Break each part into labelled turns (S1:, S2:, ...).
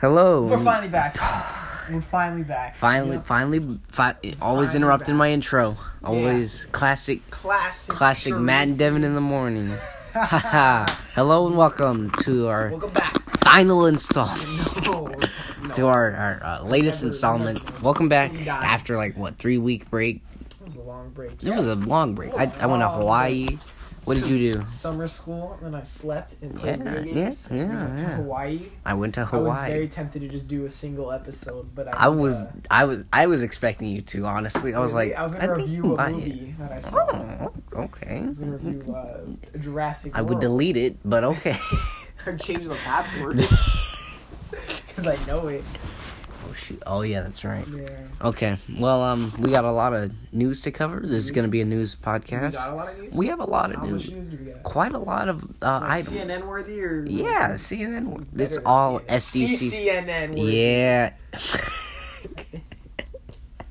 S1: Hello.
S2: We're finally back. We're finally back.
S1: Finally,
S2: You know,
S1: finally, fi- always
S2: Finally
S1: interrupting
S2: back.
S1: my intro. Always classic,
S2: classic.
S1: classic
S2: Sharif.
S1: Matt and Devin in the morning. Haha. Hello and welcome to our
S2: Welcome back.
S1: final installment,
S2: No, no.
S1: to our, our uh, latest
S2: Never-
S1: installment.
S2: never.
S1: Welcome back
S2: We died.
S1: after like what three week break?
S2: It was a long break.
S1: It was a long break. I, I went to
S2: Long
S1: Hawaii. What did you do?
S2: Summer school, and then I slept and played
S1: Yeah,
S2: video games.
S1: yeah,
S2: and
S1: yeah,
S2: went
S1: yeah.
S2: To Hawaii.
S1: I went to
S2: I was very
S1: Hawaii.
S2: tempted to just do a single episode, but I.
S1: I was
S2: uh,
S1: I was I was expecting you to honestly. I was
S2: really-
S1: like
S2: I was
S1: I
S2: gonna
S1: think
S2: review
S1: you
S2: a
S1: might.
S2: movie that I saw. I
S1: Oh, okay.
S2: was gonna review uh, Jurassic.
S1: I would
S2: World.
S1: delete it, but okay.
S2: or change the password because I know it.
S1: Oh shoot! Oh yeah, that's right.
S2: Yeah.
S1: Okay. Well, um, we got a lot of news to cover. This is gonna be a news
S2: We got a
S1: podcast.
S2: lot of news.
S1: We have a lot of
S2: How much
S1: news.
S2: news do we got?
S1: Quite a lot of uh,
S2: Like
S1: items.
S2: CNN worthy or
S1: Yeah, CNN. It's
S2: Better than
S1: all
S2: CNN.
S1: SDC.
S2: CNN worthy.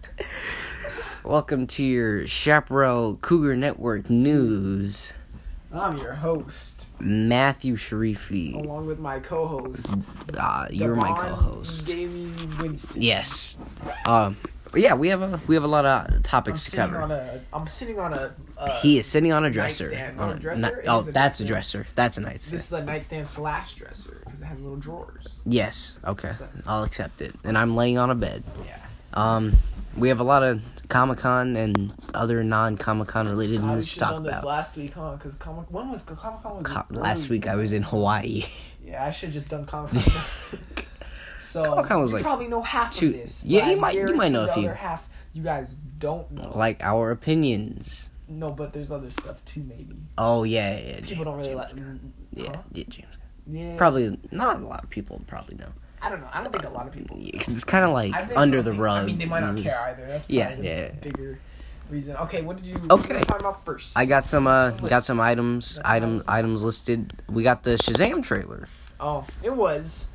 S1: Yeah. Welcome to your Chaparral Cougar Network news.
S2: I'm your host,
S1: Matthew Sharifi.
S2: along with my co-host.
S1: Uh, you're my
S2: Devon
S1: co-host.
S2: Davey Winston.
S1: Yes. Um. Yeah, we have a we have a lot of
S2: I'm
S1: topics to
S2: sitting
S1: cover.
S2: on a. I'm sitting on a. Uh,
S1: He is sitting on a dresser.
S2: nightstand.
S1: On
S2: Not a
S1: a
S2: dresser,
S1: ni-
S2: it
S1: oh,
S2: is a
S1: that's a
S2: dresser.
S1: dresser. That's a nightstand.
S2: This is a nightstand slash dresser because it has little drawers.
S1: yes. Okay.
S2: It's a-
S1: I'll accept it. And I'm laying on a bed.
S2: Yeah.
S1: Um, we have a lot of Comic Con and other non Comic Con related
S2: God, we
S1: news to
S2: should have
S1: talk
S2: done this
S1: about.
S2: last week, huh? Because comic. When was Comic Con? Was
S1: Co-
S2: early.
S1: last week I was in Hawaii.
S2: Yeah, I should have just done Comic Con. so
S1: Comic-Con was
S2: you
S1: like
S2: probably know half
S1: two-
S2: of this.
S1: Yeah,
S2: but
S1: you
S2: I
S1: might- you might
S2: guarantee
S1: know a
S2: the
S1: few.
S2: Other half you guys don't know.
S1: like our opinions.
S2: No, but there's other stuff too. Maybe
S1: Oh yeah, yeah, yeah.
S2: people
S1: James,
S2: don't really like.
S1: yeah,
S2: Huh?
S1: yeah, James.
S2: Yeah.
S1: Probably not a lot of people probably know.
S2: I don't know. I don't think a lot of people.
S1: It's kind of like
S2: I think-
S1: under
S2: I
S1: the
S2: think-
S1: rug.
S2: I mean, they might not
S1: news.
S2: care either. That's
S1: Yeah,
S2: probably
S1: yeah,
S2: the
S1: yeah.
S2: bigger reason. Okay, what did you?
S1: Okay.
S2: Talk about first.
S1: I got some uh got some items
S2: That's
S1: item
S2: not-
S1: items listed. We got the Shazam trailer.
S2: Oh, it was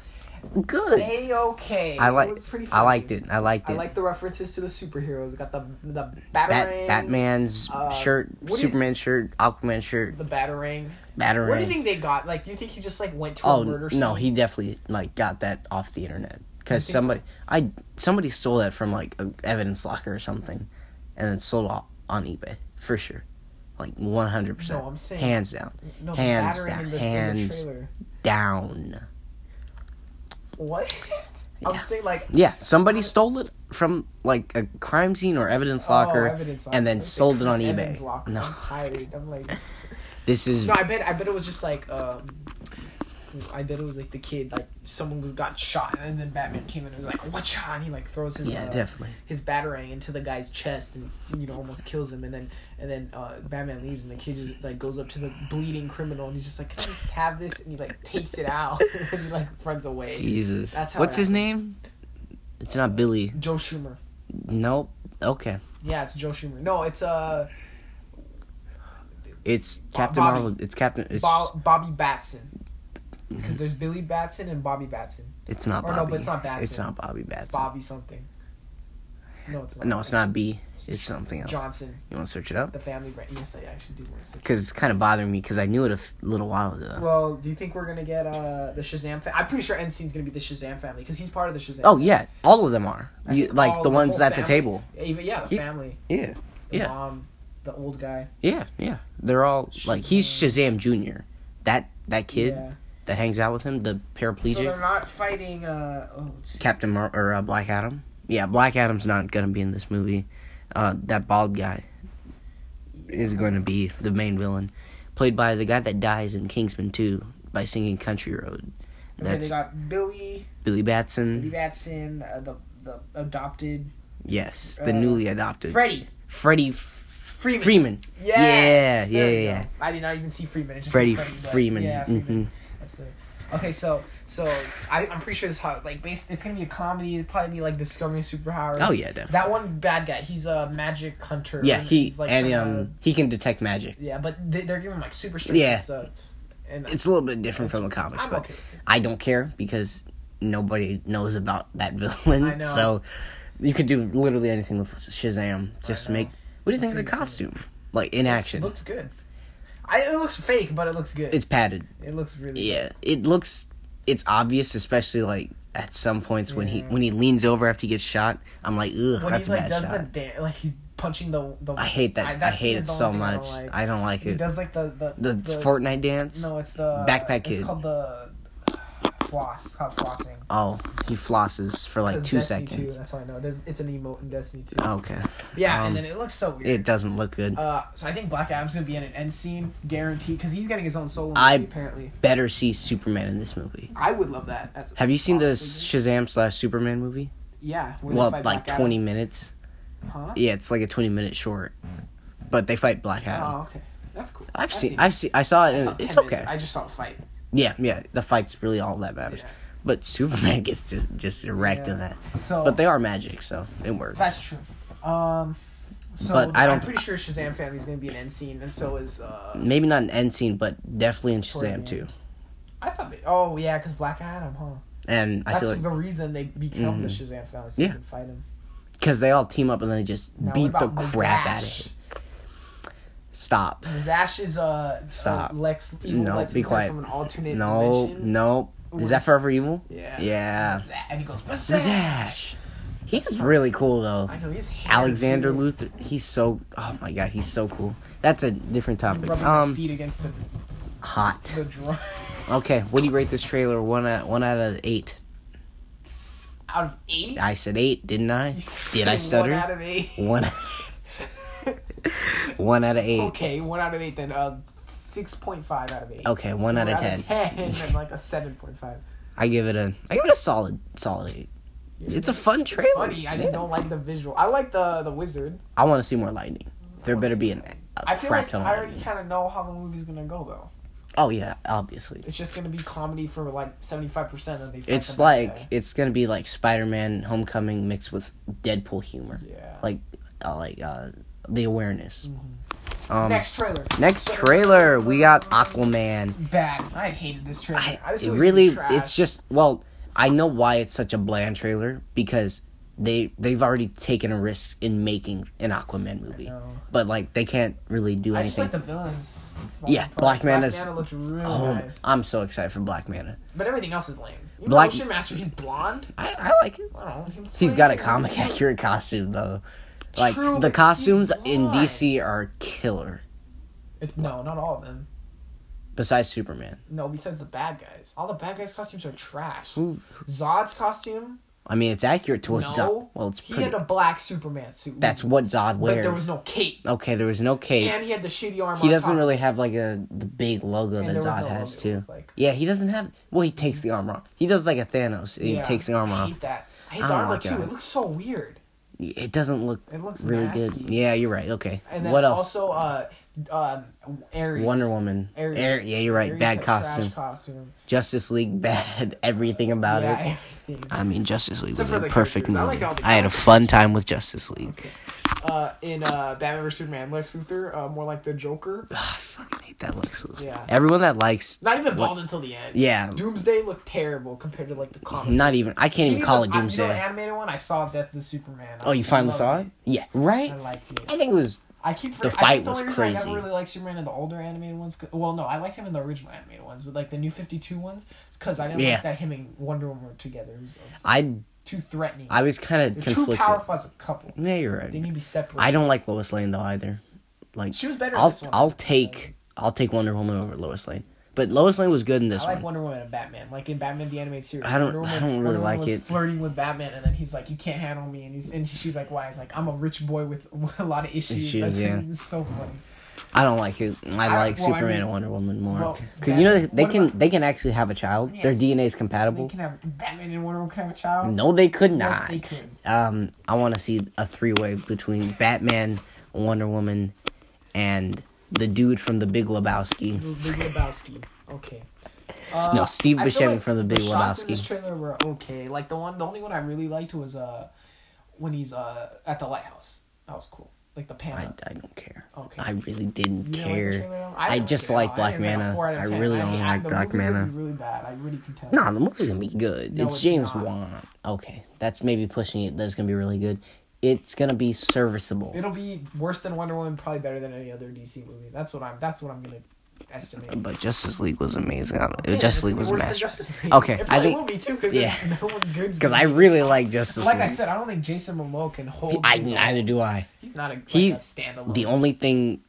S1: Good.
S2: a okay.
S1: I
S2: It
S1: like
S2: was pretty
S1: I
S2: funny.
S1: liked it. I liked
S2: I
S1: it.
S2: like the references to the superheroes. Got the the
S1: Bat-
S2: Batarang,
S1: Batman's
S2: uh,
S1: shirt,
S2: what do you-
S1: Superman shirt, Aquaman shirt,
S2: the Batarang. What do you
S1: Batarang.
S2: think they got? Like, do you think he just like went to a
S1: Oh
S2: murder
S1: no,
S2: scene?
S1: he definitely like got that off the internet because
S2: You think so?
S1: somebody I somebody stole that from like a evidence locker or something, and then sold it on eBay for sure, like one hundred percent.
S2: No, I'm saying-
S1: hands down,
S2: no, the
S1: hands
S2: Batarang
S1: down,
S2: in the,
S1: hands.
S2: In the trailer.
S1: down.
S2: What? I'm
S1: Yeah.
S2: saying like
S1: Yeah, somebody stole it from like a crime scene or evidence locker,
S2: oh, evidence
S1: and then
S2: locker. It's
S1: sold it
S2: like
S1: on
S2: Chris Evans
S1: eBay.
S2: locker.
S1: No,
S2: I'm tired. I'm like,
S1: this is
S2: no. I bet. I bet it was just like. um I bet it was like the kid, like someone was got shot, and then Batman came in and was like, "What shot?" And he like throws his
S1: yeah,
S2: uh,
S1: definitely.
S2: his batarang into the guy's chest and you know almost kills him and then and then uh, Batman leaves and the kid just like goes up to the bleeding criminal and he's just like Can I just have this and he like takes it out and he like runs away.
S1: Jesus,
S2: That's how
S1: what's
S2: it
S1: his name? It's not Billy.
S2: Joe Schumer.
S1: Nope. Okay,
S2: Yeah, it's Joe Schumer. No, it's uh
S1: it's Captain
S2: Bobby.
S1: Marvel. It's Captain. It's,
S2: Bo- Bobby Batson because there's Billy Batson and Bobby Batson.
S1: it's not
S2: or
S1: Bobby.
S2: no, but it's not Batson.
S1: It's not Bobby Batson.
S2: It's Bobby something. No, it's not.
S1: No, it's not B. It's something else.
S2: Johnson,
S1: You want to search it up?
S2: the family brand. Yes, I actually do want to say.
S1: Because it's kind of bothering me because I knew it a f- little while ago.
S2: Well, do you think we're gonna get uh the Shazam? Fa- I'm pretty sure Ensign's gonna be the Shazam family because he's part of the Shazam.
S1: oh yeah, all of them are.
S2: I
S1: You,
S2: think
S1: like
S2: all-
S1: the ones
S2: whole
S1: at the
S2: family.
S1: table.
S2: Even yeah, the
S1: Yeah.
S2: family,
S1: Yeah.
S2: the
S1: Yeah.
S2: mom, the old guy.
S1: Yeah, yeah. They're all like he's Shazam Junior. That that kid
S2: Yeah.
S1: that hangs out with him, the paraplegic
S2: So they're not fighting. Uh, oh, it's-
S1: Captain Mar- or uh, Black Adam. Yeah, Black Adam's not gonna be in this movie. Uh, that bald guy is gonna be the main villain, played by the guy that dies in Kingsman Two by singing Country Road.
S2: okay, they
S1: That's
S2: got Billy,
S1: Billy
S2: Billy
S1: Batson.
S2: Batson, uh, the the adopted
S1: Yes, the
S2: uh,
S1: newly adopted
S2: Freddy
S1: Freddie F-
S2: Freeman.
S1: Freeman.
S2: Yes,
S1: Yeah,
S2: there
S1: yeah,
S2: we
S1: yeah.
S2: go. I did not even see Freeman. It's just
S1: Freddie
S2: Freddy, but
S1: Freeman.
S2: Yeah,
S1: Mhm.
S2: Freeman. That's the. Okay, so so I, I'm pretty sure this hot like based it's gonna be a comedy. It'd probably be like discovering superpowers.
S1: Oh yeah, definitely.
S2: That one bad guy. He's a magic hunter.
S1: Yeah,
S2: and
S1: he
S2: he's, like, uh,
S1: and
S2: trying to-
S1: um he can detect magic.
S2: Yeah, but they, they're giving like super strength.
S1: Yeah.
S2: and stuff. And
S1: It's a little bit different from the comics,
S2: I'm
S1: but
S2: okay.
S1: I don't care because nobody knows about that villain.
S2: I know.
S1: So you could do literally anything with Shazam. Just
S2: know.
S1: make. What do you think of
S2: That's
S1: the
S2: really
S1: costume? Like in
S2: It
S1: action,
S2: looks good. I, it looks fake, but it looks good.
S1: it's padded.
S2: it looks really.
S1: Yeah, it looks. It's obvious, especially like at some points when he
S2: Yeah.
S1: when he leans over after he gets shot, I'm like, ugh,
S2: when
S1: that's
S2: he
S1: a
S2: like
S1: bad
S2: does
S1: shot.
S2: the dance, like he's punching the the.
S1: I hate that. I,
S2: that's
S1: hate
S2: the
S1: it
S2: only
S1: so
S2: thing I don't
S1: much.
S2: like.
S1: I don't like
S2: He
S1: it.
S2: does like the the
S1: The, Fortnite dance.
S2: No, it's the
S1: Backpack
S2: It's
S1: Kid.
S2: called the floss. How flossing.
S1: Oh, he flosses for like
S2: It's
S1: two
S2: Destiny 2,
S1: seconds.
S2: that's all I know. There's it's an emote in Destiny 2.
S1: Okay,
S2: yeah,
S1: um,
S2: and then it looks so weird.
S1: it doesn't look good.
S2: Uh, so I think Black Adam's gonna be in an end scene, guaranteed, because he's getting his own solo movie
S1: I-
S2: apparently.
S1: Better see Superman in this movie.
S2: I would love that. As
S1: Have you seen the
S2: Honestly,
S1: Shazam slash Superman movie?
S2: Yeah. where they
S1: Well,
S2: fight
S1: like
S2: Black
S1: twenty minutes.
S2: Adam. Huh?
S1: Yeah, it's like a twenty minute short, but they fight Black Adam.
S2: Oh, okay. That's cool.
S1: I've seen,
S2: it.
S1: I've seen, I saw it.
S2: I
S1: And
S2: saw 10
S1: it's
S2: minutes.
S1: okay.
S2: I just saw a fight.
S1: yeah, yeah. The fight's really all that matters.
S2: Yeah.
S1: But Superman gets just just wrecked in
S2: Yeah.
S1: that.
S2: So
S1: But they are magic, so it works.
S2: That's true. Um, so
S1: But I
S2: am
S1: don't-
S2: pretty sure Shazam Family's gonna be an end scene, and so is. Uh,
S1: Maybe not an end scene, but definitely in
S2: Toward the
S1: Shazam
S2: end.
S1: too.
S2: I thought. They, oh yeah, because Black Adam, huh?
S1: And I
S2: That's
S1: feel like Mm-hmm.
S2: the reason they become the Shazam Family, so
S1: Yeah.
S2: they can fight him.
S1: because they all team up and they just
S2: Now,
S1: beat
S2: what
S1: the
S2: about
S1: crap out of
S2: Mizash?
S1: it. Stop.
S2: Mizash is uh,
S1: Stop.
S2: uh, Lex evil
S1: No,
S2: Lex
S1: be
S2: Luthor
S1: quiet.
S2: from an alternate
S1: No,
S2: dimension.
S1: no. Is that Forever Evil?
S2: Yeah.
S1: Yeah.
S2: That- And he goes Mizash.
S1: Mizash. He's really cool though.
S2: I know he's hair,
S1: Alexander
S2: too.
S1: Luther. He's so. Oh my god, he's so cool. That's a different topic.
S2: Rubbing his
S1: Um,
S2: feet against the,
S1: hot.
S2: the drum.
S1: Okay, what do you rate this trailer? One out, one out of eight.
S2: out of eight.
S1: I said eight, didn't I?
S2: You said
S1: Did I
S2: One
S1: stutter?
S2: out of eight.
S1: One. One out of eight.
S2: Okay, one out of eight then. Uh, six point five out of eight.
S1: Okay, one out of
S2: Four
S1: ten.
S2: and like a seven point five.
S1: I give it a. I give it a solid, solid eight. It's a fun trailer.
S2: It's funny. I just
S1: Yeah.
S2: don't like the visual. I like the the wizard.
S1: I want to see more lightning. There better be an.
S2: I
S1: A
S2: feel
S1: crap
S2: like
S1: ton of
S2: I already
S1: lightning.
S2: kind of know how the movie's gonna go though.
S1: Oh yeah, obviously.
S2: It's just gonna be comedy for like seventy five percent of the. effect
S1: It's
S2: of that
S1: like
S2: day.
S1: it's gonna be like Spider-Man: Homecoming mixed with Deadpool humor,
S2: Yeah.
S1: like uh, like uh, the awareness. Um, next,
S2: Mm-hmm. Next trailer.
S1: trailer, we got Aquaman.
S2: Bad. I hated this trailer.
S1: I,
S2: this
S1: it
S2: was
S1: really,
S2: trash.
S1: it's just well, I know why it's such a bland trailer because they they've already taken a risk in making an Aquaman movie,
S2: know.
S1: but like they can't really do
S2: I just
S1: anything.
S2: like the villains. It's not
S1: Yeah,
S2: my problem.
S1: Black Manta
S2: Black
S1: is-
S2: Manta looked really
S1: oh,
S2: nice,
S1: I'm so excited for Black Manta.
S2: but everything else is lame. Even
S1: Black-
S2: Ocean Master, he's blonde.
S1: I, I like it.
S2: I don't know.
S1: He's got a
S2: crazy.
S1: comic accurate costume though. Like
S2: True, but
S1: the
S2: he's
S1: costumes in
S2: blind.
S1: DC are killer.
S2: It's, no, not all of them.
S1: Besides Superman,
S2: No, besides the bad guys. All the bad guys' costumes are trash.
S1: Who-
S2: Zod's costume?
S1: I mean it's accurate to what
S2: No.
S1: Zod. Well, it's
S2: he
S1: pretty.
S2: had a black Superman suit.
S1: that's what Zod
S2: But
S1: wears.
S2: there was no cape.
S1: okay, there was no cape.
S2: And he had the shitty armor.
S1: he
S2: on
S1: doesn't
S2: top.
S1: really have like a the big logo
S2: And
S1: that
S2: there was
S1: Zod
S2: no
S1: has
S2: logo, it
S1: too.
S2: was like-
S1: Yeah, he doesn't have. Well, he takes the armor off. He does like a Thanos. He
S2: Yeah.
S1: takes the armor
S2: I
S1: off.
S2: hate that. I hate
S1: Oh
S2: the
S1: my
S2: armor too.
S1: God.
S2: It looks so weird.
S1: It doesn't look
S2: It looks
S1: really
S2: nasty.
S1: good. Yeah, you're right. Okay.
S2: And then
S1: What else?
S2: also uh um Ares.
S1: Wonder Woman.
S2: Ares.
S1: Air, yeah, you're right.
S2: Ares
S1: bad
S2: had trash
S1: costume.
S2: costume.
S1: Justice League bad. Everything about it.
S2: Yeah, everything.
S1: I mean, Justice League
S2: Except
S1: was
S2: for
S1: a
S2: the
S1: perfect
S2: characters. I
S1: movie.
S2: like all the
S1: I had a fun time with Justice League.
S2: Uh, in uh, Batman vs Superman, Lex Luthor, uh, more like the Joker.
S1: Ugh, I fucking hate Ah, that Lex Luthor.
S2: Yeah.
S1: Everyone that likes,
S2: Not even bald until the end.
S1: yeah,
S2: Doomsday looked terrible compared to like the comic.
S1: not even. I can't even
S2: He's
S1: call
S2: a-
S1: it
S2: I- You know, the
S1: Doomsday.
S2: animated one, I saw Death of the Superman.
S1: Oh, you finally saw it?
S2: loved
S1: Yeah, right.
S2: I liked it.
S1: I think it was.
S2: I keep for,
S1: The
S2: I think
S1: fight
S2: the
S1: was
S2: only reason I
S1: crazy.
S2: never really liked Superman in the older animated ones. 'cause- Well, no, I liked him in the original animated ones, but like the new Fifty Two ones, it's because I didn't
S1: Yeah.
S2: like that him and Wonder Woman were together. It was uh,
S1: I
S2: too threatening.
S1: I was kind of
S2: They're too
S1: conflicted.
S2: powerful as a couple.
S1: Yeah, you're right.
S2: They need to be separate.
S1: I don't like Lois Lane though either. Like
S2: She was better. in
S1: I'll
S2: this one.
S1: I'll take I'll take Wonder Woman over Lois Lane. But Lois Lane was good in this
S2: I like
S1: one.
S2: Wonder Woman and Batman, like in Batman the animated series.
S1: I don't-
S2: Wonder Woman,
S1: I don't really
S2: Wonder Woman
S1: like
S2: was
S1: it.
S2: Flirting with Batman, and then he's like, "You can't handle me," and he's and she's like, "Why?" He's like, "I'm a rich boy with a lot of issues."
S1: Issues,
S2: That's
S1: yeah.
S2: it's so funny.
S1: I don't like it. I,
S2: I-
S1: like
S2: well, I
S1: Superman
S2: mean-
S1: and Wonder Woman more
S2: Well,
S1: because you know
S2: Batman-
S1: they
S2: what
S1: can
S2: about-
S1: they can actually have a child. Their
S2: Yes.
S1: DNA is
S2: They
S1: compatible.
S2: can have Batman and Wonder Woman can have a child.
S1: No, they could
S2: Yes,
S1: not.
S2: they could.
S1: Um, I want to see a three way between Batman, Wonder Woman, and the dude from The Big Lebowski.
S2: The Big Lebowski. Okay. Uh,
S1: No, Steve
S2: I feel
S1: Buscemi from The Big
S2: shots in this
S1: Lebowski.
S2: trailer were okay. Like the one, the only one I really liked was uh, when he's uh at the lighthouse. That was cool. Like the
S1: I,
S2: panda.
S1: I don't care.
S2: Okay.
S1: I really didn't
S2: You didn't like the
S1: care.
S2: trailer?
S1: I,
S2: didn't
S1: just
S2: it at
S1: like
S2: all. I
S1: Black
S2: think it's a
S1: Mana.
S2: four out of
S1: I
S2: 10.
S1: really
S2: I
S1: only
S2: hate- I-
S1: like
S2: the
S1: Black
S2: movie's gonna
S1: Mana.
S2: be Really bad. I really can tell.
S1: No, the movie's gonna be good.
S2: No,
S1: it's,
S2: it's
S1: James
S2: not.
S1: Wan. Okay, that's maybe pushing it. That's gonna be really good. It's gonna be serviceable.
S2: It'll be worse than Wonder Woman, probably better than any other DC movie. That's what I'm. That's what I'm gonna estimate.
S1: But Justice League was amazing. I don't-
S2: Yeah,
S1: Justice
S2: it's
S1: League was a
S2: worse than
S1: masterpiece.
S2: Justice League.
S1: Okay,
S2: It
S1: I
S2: probably
S1: think-
S2: will be too because
S1: yeah.
S2: no one good.
S1: Because I really like Justice
S2: like
S1: League.
S2: I said, I don't think Jason Momoa can hold.
S1: I
S2: his own.
S1: neither do I.
S2: He's not a, like
S1: He's
S2: a standalone.
S1: The only thing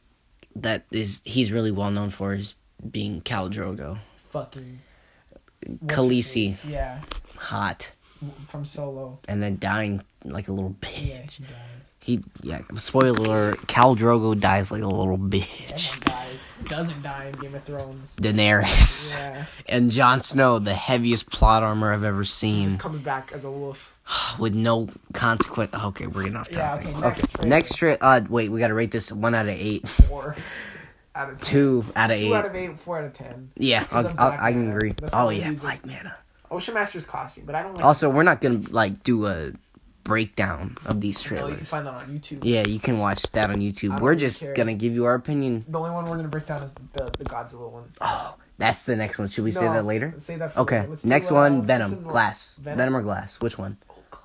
S1: that is he's really well known for is being Cal Drogo.
S2: fucking what's her
S1: Khaleesi,
S2: face? Yeah,
S1: hot,
S2: w- from Solo.
S1: and then dying like a little
S2: Yeah,
S1: bitch.
S2: she dies.
S1: He yeah. Spoiler: alert, Cal Drogo dies like a little bitch.
S2: Everyone dies. Doesn't die in Game of Thrones.
S1: Daenerys
S2: Yeah,
S1: and Jon Snow, the heaviest plot armor I've ever
S2: just
S1: seen,
S2: comes back as a wolf.
S1: with no consequence. Okay, we're getting off
S2: Yeah,
S1: topic.
S2: okay, next trade.
S1: next trip. Uh, wait, we gotta rate this one out of eight.
S2: Four out of ten.
S1: Two out of
S2: Two
S1: eight.
S2: out of eight. Four out of ten.
S1: yeah,
S2: Because
S1: I'll,
S2: of
S1: I'll,
S2: Black
S1: I can
S2: Mana.
S1: agree.
S2: That's the
S1: Oh
S2: only
S1: yeah,
S2: reason.
S1: Black Mana.
S2: Ocean Master's costume, but I don't like.
S1: Also, we're not gonna like do a breakdown of these
S2: no, you can
S1: trailers.
S2: find that on YouTube.
S1: Yeah, you can watch that on YouTube.
S2: I
S1: We're
S2: don't
S1: just
S2: care.
S1: gonna give you our opinion.
S2: The only one we're gonna break down is the the Godzilla one.
S1: Oh, that's the next one. Should we say
S2: No,
S1: that later?
S2: Say that. For
S1: Okay.
S2: later. Let's
S1: Next
S2: do, uh,
S1: one,
S2: let's
S1: Venom,
S2: listen to-
S1: Glass,
S2: Venom.
S1: Venom. or Glass. Which one?
S2: Oh, Glass.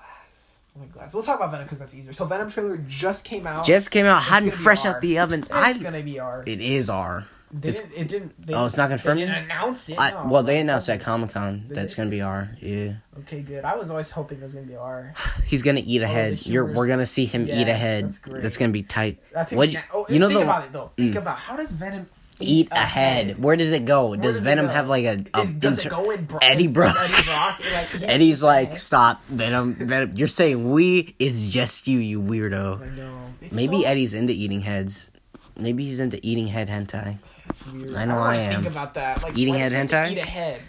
S2: Oh my Glass. We'll talk about Venom because that's easier. So Venom trailer just came out.
S1: Just came out hot
S2: Oh.
S1: and
S2: It's gonna be
S1: fresh
S2: R.
S1: out the oven. I.
S2: It's gonna be R.
S1: It is R.
S2: They
S1: it's-
S2: didn't, it didn't. They,
S1: Oh, it's not confirmed
S2: They
S1: yet?
S2: didn't announce it.
S1: I,
S2: no.
S1: well, they announced
S2: Okay.
S1: at Comic Con
S2: Did
S1: that's
S2: they
S1: gonna be R. Yeah.
S2: Okay, good. I was always hoping it was gonna be R.
S1: He's gonna eat a
S2: Oh, the
S1: head. You're,
S2: humor's-
S1: we're gonna see him eat a
S2: Yes,
S1: head.
S2: that's
S1: That's,
S2: great.
S1: gonna be tight.
S2: That's
S1: What?
S2: even, oh,
S1: you know
S2: think
S1: the Mm.
S2: about it though. Think about how does Venom
S1: eat a head. Where does it go? does
S2: does it
S1: Venom
S2: go?
S1: have like a? a
S2: Is, does
S1: inter-
S2: it go in Brock?
S1: Eddie Brock.
S2: Eddie Brock. Like, yes,
S1: Eddie's like,
S2: okay.
S1: stop, Venom, Venom. You're saying we? It's just you, you
S2: I
S1: weirdo.
S2: know. It's
S1: Maybe
S2: so-
S1: Eddie's into eating heads. Maybe he's into eating head hentai.
S2: It's weird.
S1: I know
S2: don't
S1: I
S2: wanna Think
S1: am.
S2: about that. Like
S1: Eating
S2: why
S1: head
S2: does he
S1: hentai?
S2: Eat a head.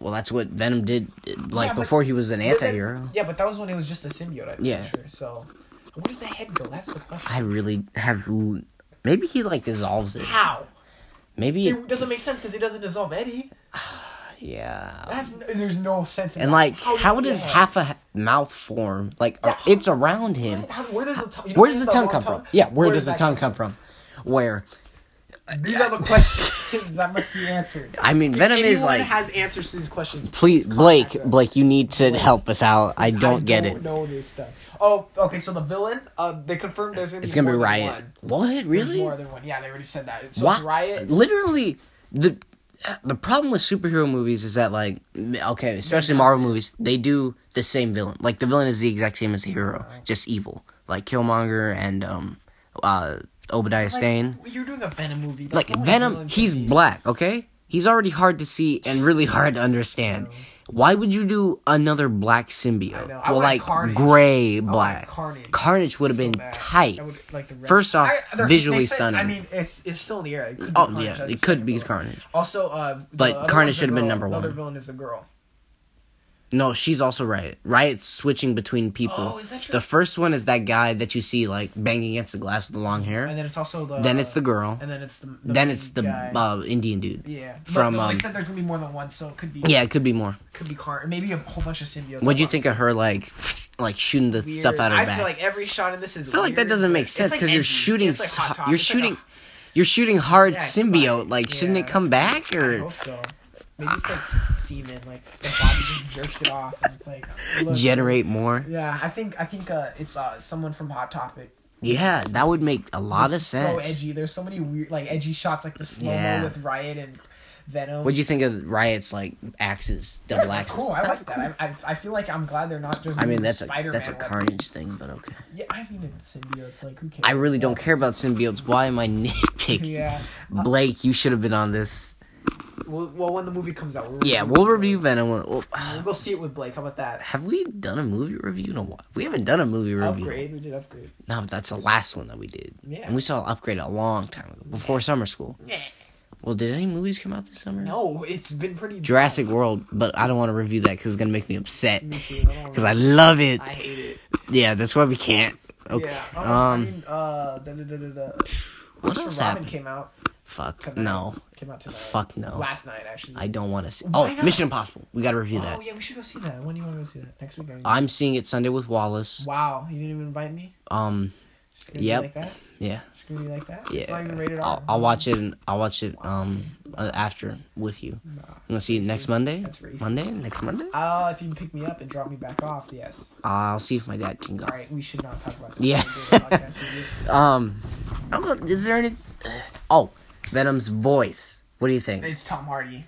S1: Well, that's what Venom did, like
S2: Yeah, but-
S1: before he was an
S2: But then-
S1: antihero.
S2: Yeah, but that was when it was just a symbiote. I'm
S1: Yeah.
S2: Sure. So where does the head go? That's the question.
S1: I really have. ooh, Maybe he like dissolves it.
S2: How?
S1: Maybe
S2: It doesn't make sense because it doesn't dissolve Eddie.
S1: yeah.
S2: That's there's no sense. in
S1: And
S2: that.
S1: like,
S2: does
S1: how
S2: he
S1: does
S2: get a head?
S1: half a h- mouth form? Like,
S2: Oh, Yeah,
S1: uh, it's around him.
S2: How- where does the tongue? you know,
S1: Where does
S2: there's
S1: the
S2: that
S1: tongue
S2: long
S1: come from? Yeah, where, does the
S2: that
S1: tongue come from? Where?
S2: These are the questions that must be answered.
S1: I mean, Venom
S2: Anyone
S1: is like.
S2: has answers to these questions.
S1: Please,
S2: contact
S1: Blake,
S2: us.
S1: Blake, you need to help us out. I
S2: I
S1: don't get
S2: don't
S1: it.
S2: Know this stuff. Oh, okay. So the villain, uh, they confirmed there's gonna
S1: It's
S2: be
S1: gonna be
S2: more than
S1: Riot.
S2: one.
S1: What?
S2: There's
S1: Really?
S2: more than one. Yeah, they already said that. So
S1: Why-
S2: it's Riot.
S1: Literally, the the problem with superhero movies is that like, okay, especially Marvel movies, they do the same villain. Like the villain is the exact same as the hero, just evil. Like Killmonger and um, uh, Obadiah
S2: Like,
S1: Stane.
S2: You're doing a Venom movie. That's
S1: Like
S2: the only
S1: Venom,
S2: villain
S1: he's
S2: to me.
S1: black. Okay, he's already hard to see and really hard to understand. Why would you do another black symbiote?
S2: know. I
S1: well,
S2: want
S1: like
S2: Carnage.
S1: gray
S2: I
S1: black.
S2: like Carnage.
S1: would have
S2: So
S1: been
S2: bad.
S1: tight.
S2: I would, like, the red-
S1: First off,
S2: they're-
S1: visually
S2: they said-
S1: stunning.
S2: I mean, it's it's still in the air. It could be
S1: Oh
S2: Carnage,
S1: yeah,
S2: I
S1: it
S2: just
S1: could
S2: said
S1: be
S2: before.
S1: Carnage.
S2: Also, uh, the
S1: But
S2: other
S1: Carnage
S2: one's a
S1: should have been
S2: girl.
S1: number
S2: The Other
S1: one.
S2: villain is a girl.
S1: No, she's also Riot. Riot's switching between people.
S2: Oh, is that true?
S1: The first one is that guy that you see like banging against the glass with the long hair.
S2: And then it's also the.
S1: then it's the girl.
S2: And then it's the. the
S1: then
S2: main
S1: it's the
S2: guy.
S1: uh, Indian dude.
S2: yeah. But
S1: from,
S2: no, they
S1: um,
S2: said there's gonna be more than one, so it could be.
S1: Yeah, it could be more.
S2: Could be Carnage. Maybe a whole bunch of symbiotes.
S1: What do you think of her like, like shooting the
S2: Weird.
S1: stuff out of her
S2: I
S1: back?
S2: feel like every shot in this is.
S1: I feel like that doesn't make sense because you're shooting, so- you're shooting, you're shooting hard
S2: oh. Yeah, it's
S1: symbiote.
S2: fine.
S1: Like,
S2: Yeah,
S1: shouldn't it
S2: that's
S1: come
S2: fine.
S1: back
S2: I
S1: or
S2: hope so. Maybe it's like semen, like the body just jerks it off, and it's like look.
S1: generate more?
S2: Yeah, I think I think uh, it's uh, someone from Hot Topic.
S1: Yeah, that would make a lot of
S2: This is
S1: sense.
S2: So edgy. There's so many weird, like edgy shots, like the slow mo
S1: Yeah.
S2: with Riot and Venom.
S1: What'd you think of Riot's like axes,
S2: Yeah,
S1: double
S2: they're
S1: axes?
S2: Cool. I
S1: They're
S2: like that. I, I, I feel like I'm glad they're not just.
S1: I mean, that's a
S2: Spider-Man
S1: that's a
S2: weapons.
S1: carnage thing, but okay.
S2: Yeah, I mean it's symbiotes. Like who cares?
S1: I really don't care about symbiotes. Why am I nitpicking?
S2: Yeah.
S1: Blake, you should have been on this.
S2: Well, well, when the movie comes out, we'll
S1: Yeah, we'll review Venom. when- We'll,
S2: We'll go see it with Blake. How about that?
S1: have we done a movie review in a while? We haven't done a movie review.
S2: Upgrade. We did upgrade.
S1: No, but that's the last one that we did.
S2: Yeah.
S1: And we saw Upgrade a long time ago, before summer school.
S2: Yeah.
S1: Well, did any movies come out this summer?
S2: No, it's been pretty.
S1: Jurassic World, but I don't want to review that because it's going to make me upset.
S2: Me too, I don't wanna-
S1: Because I love it.
S2: I hate it.
S1: Yeah, that's why we can't. Okay.
S2: Yeah. Oh, I
S1: um,
S2: mean, uh, da, da, da, da, da.
S1: what else
S2: Mr. Robin
S1: happened?
S2: came out.
S1: Fuck.
S2: tonight.
S1: No.
S2: Came out tonight.
S1: Fuck no.
S2: Last night, actually.
S1: I don't want to see.
S2: Why
S1: Oh,
S2: not?
S1: Mission Impossible. We got to review that.
S2: Oh yeah, we should go see that. When do you want to go see that? Next week. I mean.
S1: I'm seeing it Sunday with Wallace.
S2: Wow, you didn't even invite me.
S1: Um,
S2: Just gonna be
S1: Yep.
S2: Like that.
S1: yeah,
S2: Just gonna be like that.
S1: yeah.
S2: It's not even rated
S1: I'll,
S2: R.
S1: I'll watch it. And I'll watch it. Um, uh, after with you.
S2: Nah.
S1: You want to see it
S2: Racist.
S1: next Monday?
S2: That's racist.
S1: Monday next Monday.
S2: Uh, if you can pick me up and drop me back off, yes.
S1: I'll see if my dad can go.
S2: All right, we should not talk about this.
S1: Yeah.
S2: We'll do a podcast with you.
S1: Um, I don't know, is there any? Oh, Venom's voice. What do you think?
S2: It's Tom Hardy.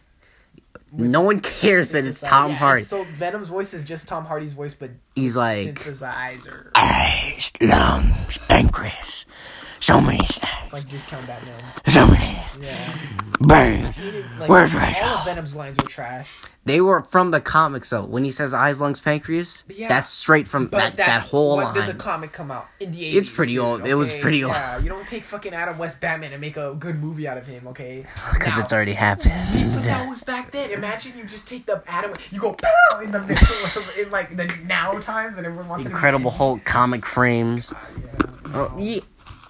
S1: No one cares that it's
S2: Synthesizer.
S1: Tom
S2: Yeah,
S1: Hardy.
S2: and So Venom's voice is just Tom Hardy's voice, but
S1: He's like-
S2: synthesizer.
S1: Eyes, lungs, pancreas, so many snacks,
S2: It's like discount Batman.
S1: so many.
S2: Yeah.
S1: Bang.
S2: Like,
S1: Where's
S2: All
S1: Rachel?
S2: of Venom's lines were trash.
S1: They were from the comics though. When he says eyes, lungs, pancreas,
S2: Yeah.
S1: that's straight from
S2: But
S1: that,
S2: that's,
S1: that whole
S2: when did
S1: line.
S2: the comic come out? In the 80s.
S1: It's pretty old. It was pretty old.
S2: Yeah, you don't take fucking Adam West Batman and make a good movie out of him, okay?
S1: Because
S2: Now,
S1: it's already
S2: But
S1: happened.
S2: that was back then. Imagine you just take the Adam, you go pow in the middle of in like the now times, and everyone wants
S1: Incredible
S2: to
S1: Hulk comic frames.
S2: be Hulk. Mm-hmm. Yeah,
S1: Oh, yeah,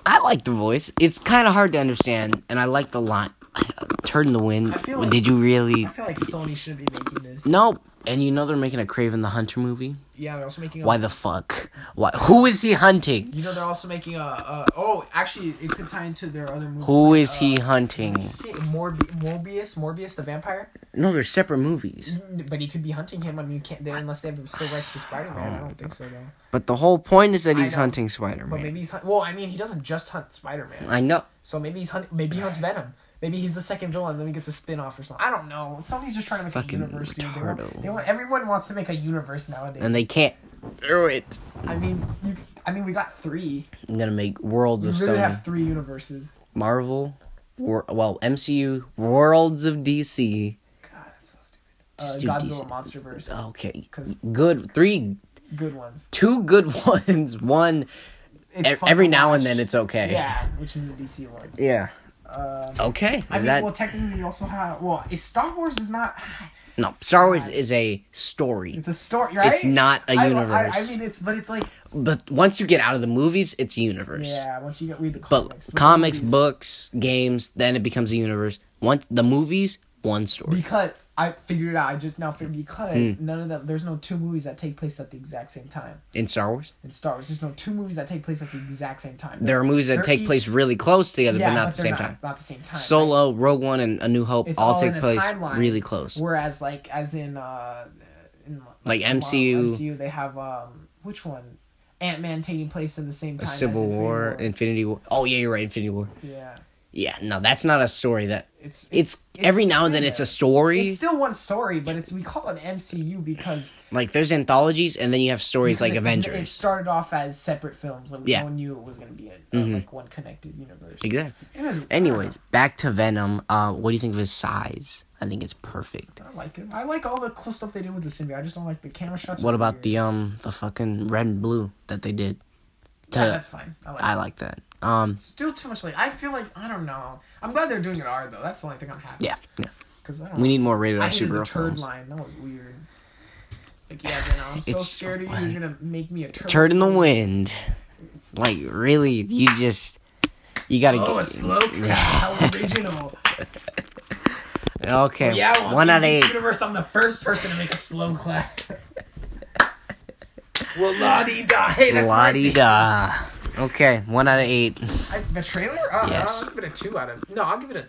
S1: I like the voice. It's kind of hard to understand, and I like the line. Turn in the wind.
S2: I feel like-
S1: Did you really?
S2: I feel like Sony should be making this.
S1: Nope. And you know they're making a Craven the Hunter movie.
S2: Yeah, they're also making. A,
S1: Why the fuck? Why? Who is he hunting?
S2: You know, they're also making a. a oh, actually, it could tie into their other movie.
S1: Who is he
S2: Uh,
S1: hunting?
S2: shit, Morbi- Morbius, Morbius the vampire,
S1: No, they're separate movies.
S2: but he could be hunting him. I mean, you can't they, unless they have still rights to Spider Man. I don't think so though.
S1: But the whole point is that he's
S2: know.
S1: hunting Spider
S2: But
S1: Man.
S2: maybe he's hunt- well. I mean, he doesn't just hunt Spider Man.
S1: I know.
S2: So maybe he's hunt- maybe he hunts Venom. Maybe he's the second villain, then he gets a spin off or something. I don't know. Somebody's just trying to make
S1: Fucking
S2: a universe. Dude. They, want,
S1: retardo.
S2: they want everyone wants to make a universe nowadays.
S1: And they can't do it.
S2: I mean, you, I mean, we got three.
S1: I'm gonna make worlds
S2: We
S1: of
S2: really
S1: Sony,
S2: have three universes.
S1: Marvel, wor- well MCU, worlds of DC.
S2: God, that's so
S1: Just
S2: stupid.
S1: do
S2: Uh, Godzilla
S1: decent.
S2: MonsterVerse,
S1: Okay,
S2: 'Cause-
S1: good. Three,
S2: good ones.
S1: two good ones. One
S2: It's
S1: e-
S2: fun
S1: every
S2: to
S1: now and
S2: watch.
S1: then it's okay.
S2: Yeah, which is the DC one.
S1: Yeah.
S2: Uh,
S1: Okay. Is
S2: I mean,
S1: that
S2: well, technically, you also have well, is Star Wars is not.
S1: no? Star Wars is a story,
S2: It's a story, right?
S1: It's not a
S2: I- I- I,
S1: universe.
S2: mean, it's but it's like
S1: but once you get out of the movies, it's a universe.
S2: yeah. Once you get read the
S1: But
S2: comics, the
S1: comics,
S2: movies-
S1: books, games, then it becomes a universe. Once the movies, one story.
S2: Because I figured it out. I just now figured because
S1: Hmm.
S2: none of them. There's no two movies that take place at the exact same time
S1: In Star Wars,
S2: in Star Wars. There's no two movies that take place at the exact same time.
S1: there are movies that
S2: They're
S1: take
S2: each-
S1: place really close together,
S2: Yeah,
S1: but not
S2: but
S1: at the
S2: they're
S1: same
S2: not-
S1: time.
S2: Not the same time. right?
S1: Solo, Rogue One, and A New Hope
S2: It's
S1: all,
S2: all in
S1: take
S2: a
S1: place
S2: timeline.
S1: really close.
S2: Whereas, like, as in, uh, in
S1: Like
S2: Marvel,
S1: MCU.
S2: MCU, they have um, which one? Ant Man taking place in the same time. as
S1: Civil
S2: Infinity
S1: War, Infinity War. Oh yeah, you're right, Infinity War.
S2: yeah,
S1: Yeah, no, that's not a story. That
S2: it's
S1: it's, every now and then
S2: kinda-
S1: it's a story.
S2: It's still one story, but it's we call it MCU because
S1: like there's anthologies, and then you have stories
S2: Because
S1: like
S2: it- It
S1: Avengers.
S2: started off as separate films. Like,
S1: Yeah. Mm-hmm.
S2: No one knew it was going to be a, like one connected universe.
S1: exactly.
S2: It is-
S1: Anyways, back to Venom. Uh, what do you think of his size? I think it's perfect.
S2: I like it. I like all the cool stuff they did with the symbiote. I just don't like the camera shots.
S1: What
S2: are
S1: about
S2: weird.
S1: the um the fucking red and blue that they did? To,
S2: Yeah, that's fine. I like.
S1: uh, I
S2: it.
S1: like that. Um,
S2: Still too much like I feel like I don't know. I'm glad they're doing it R though. That's the only thing I'm happy.
S1: yeah, yeah.
S2: Because I don't.
S1: We need more rated
S2: I
S1: R
S2: hated the
S1: superhero
S2: turd
S1: films.
S2: line. That was weird. It's like yeah, Venom. I'm so
S1: It's-
S2: scared of you. You're gonna make me a turd.
S1: Turd in the wind. Like really, you just you gotta
S2: Oh, a
S1: get
S2: slow crap. How original.
S1: okay.
S2: Yeah, well,
S1: one
S2: in
S1: out of
S2: this
S1: eight.
S2: Universe, I'm the first person to make a slow clap. well, la di da. Hey, that's
S1: La
S2: my
S1: di
S2: thing.
S1: da. Okay, one out of eight.
S2: I, the trailer? Uh,
S1: Yes.
S2: I'll give it a two out of. No, I'll give it a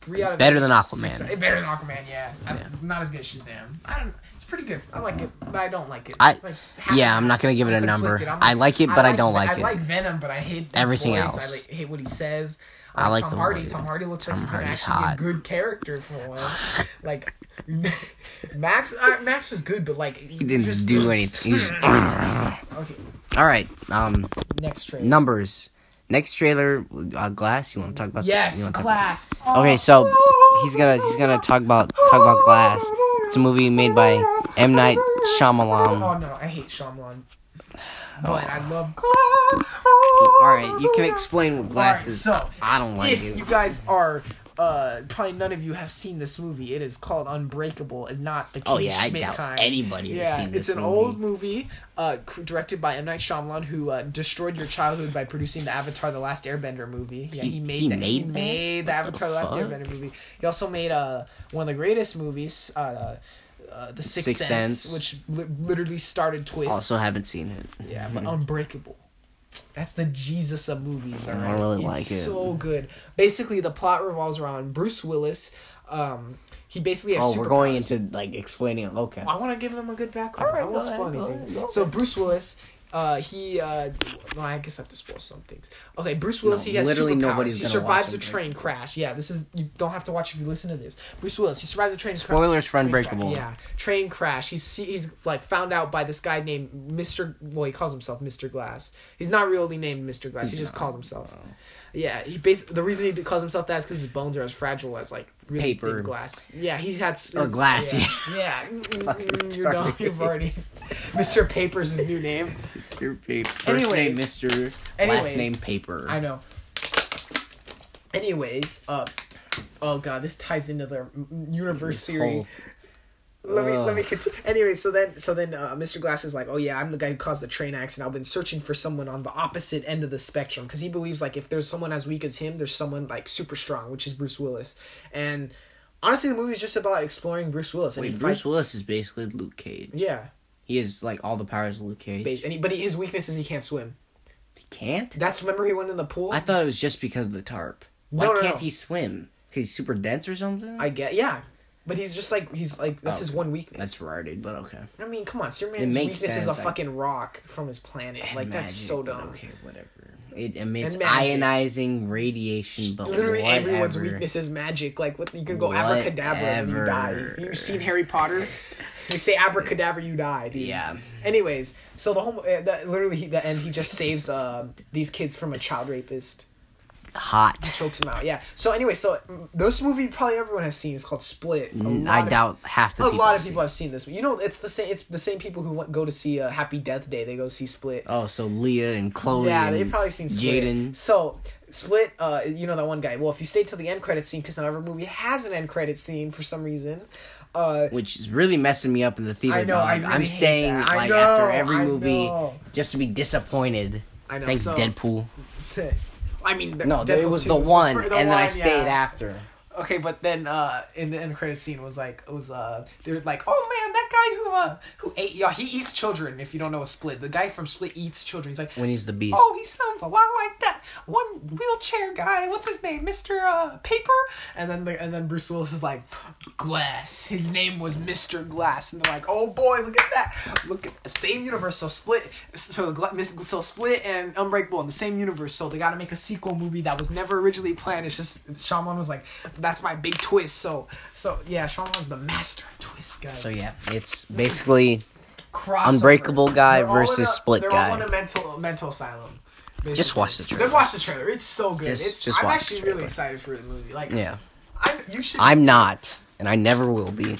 S2: three out of.
S1: Better than
S2: six-
S1: Aquaman.
S2: eh, better than Aquaman, yeah. I- Not as good as Shazam. I don't. It's pretty good. I like it, but I don't like it.
S1: I-
S2: It's like half-
S1: yeah, I'm not gonna give it a number.
S2: conflicted. I'm
S1: I like it, but I don't like
S2: I
S1: it.
S2: like Venom, but I hate his
S1: Everything
S2: voice.
S1: else.
S2: I like, hate what he says.
S1: I like
S2: Tom
S1: the
S2: Hardy.
S1: voice.
S2: Tom Hardy looks like
S1: Tom
S2: he's gonna
S1: Hardy's
S2: actually
S1: hot.
S2: be a good character for a while. like Max, uh, Max was good, but like
S1: He didn't do anything. He's
S2: Okay,
S1: all right. Um,
S2: next trailer.
S1: numbers. Next trailer, uh, Glass. You want to talk about? you
S2: Yes,
S1: wanna talk
S2: Glass.
S1: about- Okay, so he's gonna he's gonna talk about talk about Glass. It's a movie made by M Night Shyamalan.
S2: Oh no, I hate Shyamalan. But I love.
S1: Oh. All right, you can explain what Glass is.
S2: All right, so,
S1: I don't like
S2: if
S1: it.
S2: you guys are, uh, probably none of you have seen this movie. It is called Unbreakable, and not the King
S1: Oh, yeah, I
S2: Schmidt
S1: doubt
S2: kind.
S1: anybody has
S2: yeah,
S1: seen this
S2: it's an
S1: movie.
S2: old movie, uh, c- directed by M Night Shyamalan, who uh, destroyed your childhood by producing the Avatar: The Last Airbender movie. Yeah,
S1: He-
S2: he,
S1: he
S2: made that. He
S1: made that?
S2: made the Avatar: The Last
S1: fuck?
S2: Airbender movie. He also made uh one of the greatest movies. Uh, uh, the Sixth,
S1: Sixth
S2: Sense,
S1: Sense.
S2: which li- literally started twists.
S1: Also, haven't seen it.
S2: Yeah, but
S1: Mm-hmm.
S2: Unbreakable. That's the Jesus of movies.
S1: don't
S2: alright?
S1: really
S2: It's
S1: like it.
S2: So good. Basically, the plot revolves around Bruce Willis. Um, he basically has.
S1: Oh, we're going
S2: superpowers.
S1: into like explaining. Okay.
S2: I want to give them a good background.
S1: Alright,
S2: I
S1: go
S2: won't spoil
S1: ahead, go
S2: anything.
S1: ahead, go
S2: So Bruce Willis Uh, he uh, well, I guess I have to spoil some things. Okay, Bruce Willis.
S1: No,
S2: he has
S1: literally
S2: literally superpowers.
S1: nobody's
S2: He
S1: gonna
S2: survives
S1: watch
S2: a
S1: him.
S2: train crash. Yeah, this is you don't have to watch if you listen to this. Bruce Willis. He survives a train crash.
S1: Spoilers for
S2: train crash,
S1: Unbreakable.
S2: Yeah, train crash. He's he's like found out by this guy named Mister. Well, he calls himself Mister Glass. He's not really named Mister Glass. he just calls himself.
S1: Oh.
S2: Yeah, he bas- the reason he calls himself that is because his bones are as fragile as like really
S1: Paper.
S2: thin glass. Yeah, he had
S1: Or glass,
S2: Yeah, Mm, yeah. you're done. You've already. Mister Paper's his new name.
S1: Mr. Paper. First name
S2: Anyways.
S1: Mr.
S2: Anyways.
S1: last name Paper.
S2: I know. Anyways, uh, oh god, this ties into the universe theory.
S1: whole-
S2: let me let
S1: Ugh.
S2: me continue. Anyway, so then so then uh, Mr. Glass is like, oh yeah, I'm the guy who caused the train accident. I've been searching for someone on the opposite end of the spectrum because he believes like if there's someone as weak as him, there's someone like super strong, which is Bruce Willis. And honestly, the movie is just about exploring Bruce Willis. And he
S1: Wait, Bruce
S2: fights-
S1: Willis is basically Luke Cage.
S2: Yeah,
S1: He has like all the powers of Luke Cage.
S2: ba- and he, but he, his weakness is he can't swim.
S1: He can't?
S2: That's remember he went in the pool.
S1: I thought it was just because of the tarp. Why
S2: No, no,
S1: can't
S2: no.
S1: he swim? 'Cause he's super dense or something?
S2: I get yeah, but he's just like he's like that's
S1: Oh,
S2: his one weakness.
S1: That's retarded, but okay.
S2: I mean, come on, Superman's
S1: makes
S2: weakness is a
S1: sense, I-
S2: fucking rock from his planet. Like that's
S1: Magic,
S2: so
S1: but
S2: dumb.
S1: Okay, whatever. It emits
S2: And magic.
S1: ionizing radiation, but
S2: Literally
S1: whatever.
S2: everyone's weakness is magic. Like what you can go abracadabra and you die.
S1: Whatever.
S2: You've seen Harry Potter. They say abracadabra, you die. Dude.
S1: Yeah.
S2: Anyways, so the whole uh, the, literally he, the end he just saves uh, these kids from a child rapist.
S1: Hot.
S2: Chokes them out. Yeah. So anyway, so mm, this movie probably everyone has seen. It's called Split. A lot
S1: Mm, I
S2: of-
S1: doubt half the
S2: a
S1: people.
S2: lot
S1: have
S2: of
S1: seen
S2: people have seen this. You know, it's the same. It's the same people who went, go to see uh, Happy Death Day. They go see Split.
S1: it. Oh, so Leah and Chloe.
S2: Yeah,
S1: and
S2: they've probably seen Split.
S1: Oh, Jaden.
S2: So Split, uh, you know that one guy. Well, if you stay till the end credit scene, because now every movie has an end credit scene for some reason. Uh,
S1: Which is really messing me up in the theater.
S2: I know,
S1: dog.
S2: I really
S1: I'm
S2: hate
S1: staying
S2: that. I
S1: like
S2: know,
S1: after every
S2: I
S1: movie
S2: know.
S1: just to be disappointed.
S2: I know.
S1: Thanks,
S2: so,
S1: Deadpool.
S2: I mean, the,
S1: No,
S2: Deadpool
S1: it was
S2: 2,
S1: the one,
S2: for
S1: and
S2: the
S1: then I
S2: one,
S1: stayed
S2: yeah.
S1: after.
S2: Okay, but then uh, in the end credit scene was like it was uh they're like oh man that guy who uh who ate yeah he eats children if you don't know a Split the guy from Split eats children he's like
S1: When he's the beast.
S2: Oh, he sounds a lot like that one wheelchair guy. What's his name, Mister uh, Paper? And then the, and then Bruce Willis is like, Glass. His name was Mister Glass, and they're like, Oh boy, look at that! Look at the same universe. So split. So Gla- Mis- so split and Unbreakable in the same universe. So they got to make a sequel movie that was never originally planned. It's just Shyamalan was like, That's my big twist. So so yeah, Shyamalan's the master of twist guys.
S1: So yeah, it's basically
S2: Crossover.
S1: Unbreakable guy
S2: all in
S1: versus Split
S2: they're
S1: guy.
S2: all in a mental mental asylum. basically.
S1: Just watch the trailer.
S2: Just watch the trailer. It's so good.
S1: Just-
S2: it's,
S1: just
S2: I'm
S1: watch
S2: actually
S1: the trailer.
S2: really excited for the movie. Like,
S1: yeah.
S2: I'm, you should.
S1: I'm not, and I never will be.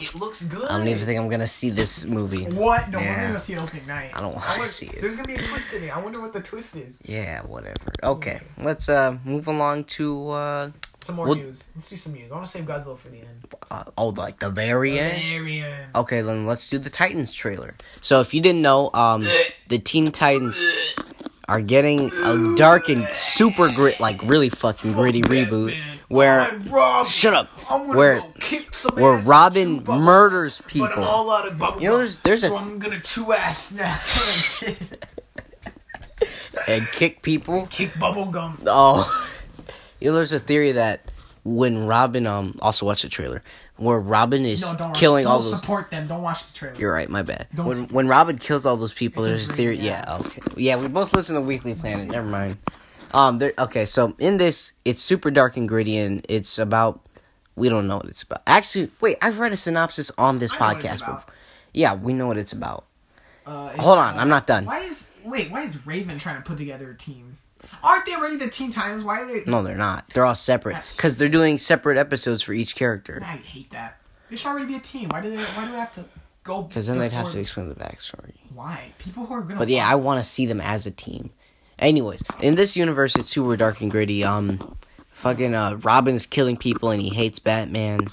S2: it looks good.
S1: I don't even think I'm gonna see this movie.
S2: What? No, we're
S1: Yeah.
S2: gonna go see it opening night.
S1: I don't wanna
S2: wonder-
S1: see it.
S2: There's gonna be a twist in it. I wonder what the twist is.
S1: Yeah, whatever. Okay, let's uh move along to uh,
S2: Some more
S1: Well-
S2: news. Let's do some news. I want to save Godzilla for the end.
S1: uh oh like the very end.
S2: Very end.
S1: Okay, then let's do the Titans trailer. So if you didn't know, um, the Teen Titans are getting a dark and super grit, like really fucking gritty reboot
S2: Batman.
S1: where.
S2: I'm Robin.
S1: Shut up.
S2: I'm gonna
S1: Where-
S2: go kick some
S1: where
S2: ass
S1: Robin
S2: and chew bubble
S1: murders
S2: gum, But I'm
S1: people.
S2: all out of bubble
S1: You know,
S2: gum,
S1: there's- there's a-
S2: so I'm gonna chew ass now.
S1: and kick people.
S2: kick bubble gum.
S1: Oh, you know, there's a theory that when Robin um also watch the trailer where Robin is
S2: No, don't watch-
S1: killing all
S2: don't
S1: those.
S2: support them. Don't watch the trailer.
S1: You're right, my bad.
S2: Don't-
S1: When when Robin kills all those people,
S2: It's a
S1: there's a
S2: dream,
S1: theory. Yeah.
S2: yeah.
S1: okay. Yeah, we both listen to Weekly Planet. Never mind. Um, there. Okay, so in this, it's super dark and gritty, and it's about. We don't know what it's about. Actually, wait, I've read a synopsis on this
S2: I know what it's
S1: podcast
S2: about.
S1: before. Yeah, we know what it's about.
S2: Uh, it's-
S1: Hold on, I'm not done.
S2: Why is wait? Why is Raven trying to put together a team? Aren't they already the Teen Titans? Why are they?
S1: No, they're not. They're all separate
S2: That's-
S1: because they're doing separate episodes for each character.
S2: I hate that. They should already be a team. Why do they? Why do they have to go?
S1: Because then they'd have to explain the backstory.
S2: Why people who are gonna?
S1: But yeah, I want to see them as a team. Anyways, in this universe, it's super dark and gritty. Um, fucking uh, Robin's killing people and he hates Batman.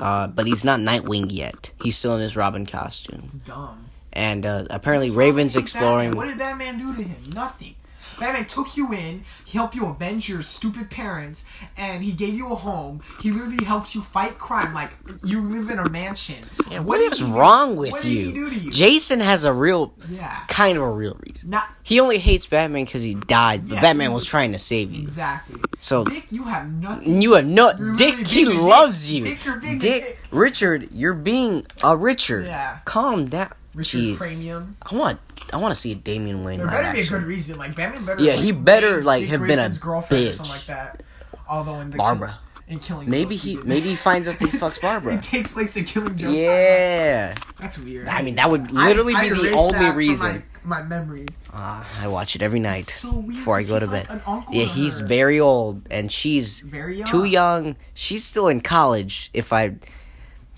S1: Uh, but he's not Nightwing yet. He's still in his Robin costume.
S2: dumb.
S1: And uh, apparently, Raven's
S2: Batman-
S1: exploring.
S2: What did Batman do to him? Nothing. Batman took you in. He helped you avenge your stupid parents, and he gave you a home. He literally helped you fight crime. Like you live in a mansion.
S1: What
S2: did
S1: is
S2: he do-
S1: wrong with
S2: what
S1: you?
S2: What did he do to you?
S1: Jason has a real,
S2: yeah.
S1: kind of a real reason.
S2: Not
S1: He only hates Batman because he died, but
S2: Yeah,
S1: Batman
S2: he-
S1: was trying to save you.
S2: exactly.
S1: So-
S2: Dick, you have nothing.
S1: And you have no
S2: You're
S1: Dick.
S2: really
S1: He
S2: being a dick.
S1: loves you,
S2: Dick, you're being a
S1: Dick.
S2: dick.
S1: Richard, you're being a Richard.
S2: Yeah.
S1: Calm down.
S2: Richard
S1: Jeez.
S2: Cranium.
S1: I want I want to see a Damian Wayne
S2: There
S1: live
S2: better be a
S1: action.
S2: good reason. Like Batman better.
S1: Yeah,
S2: like,
S1: he better,
S2: be
S1: like,
S2: Dick
S1: have been a
S2: Grayson's girlfriend or something
S1: bitch.
S2: like that. Although in the
S1: Barbara.
S2: in Killing
S1: Maybe
S2: Joke,
S1: he
S2: did.
S1: maybe he finds out that he fucks Barbara.
S2: it takes place in Killing Joke.
S1: Yeah,
S2: that's weird.
S1: I mean that would literally
S2: I- I
S1: be the
S2: erased that
S1: only
S2: from
S1: reason.
S2: My, my memory.
S1: Ah, I watch it every night
S2: so weird
S1: before I
S2: 'cause
S1: go to
S2: he's like
S1: bed.
S2: an uncle
S1: yeah,
S2: to
S1: he's
S2: her.
S1: very old and she's
S2: Very young.
S1: too young. She's still in college. If I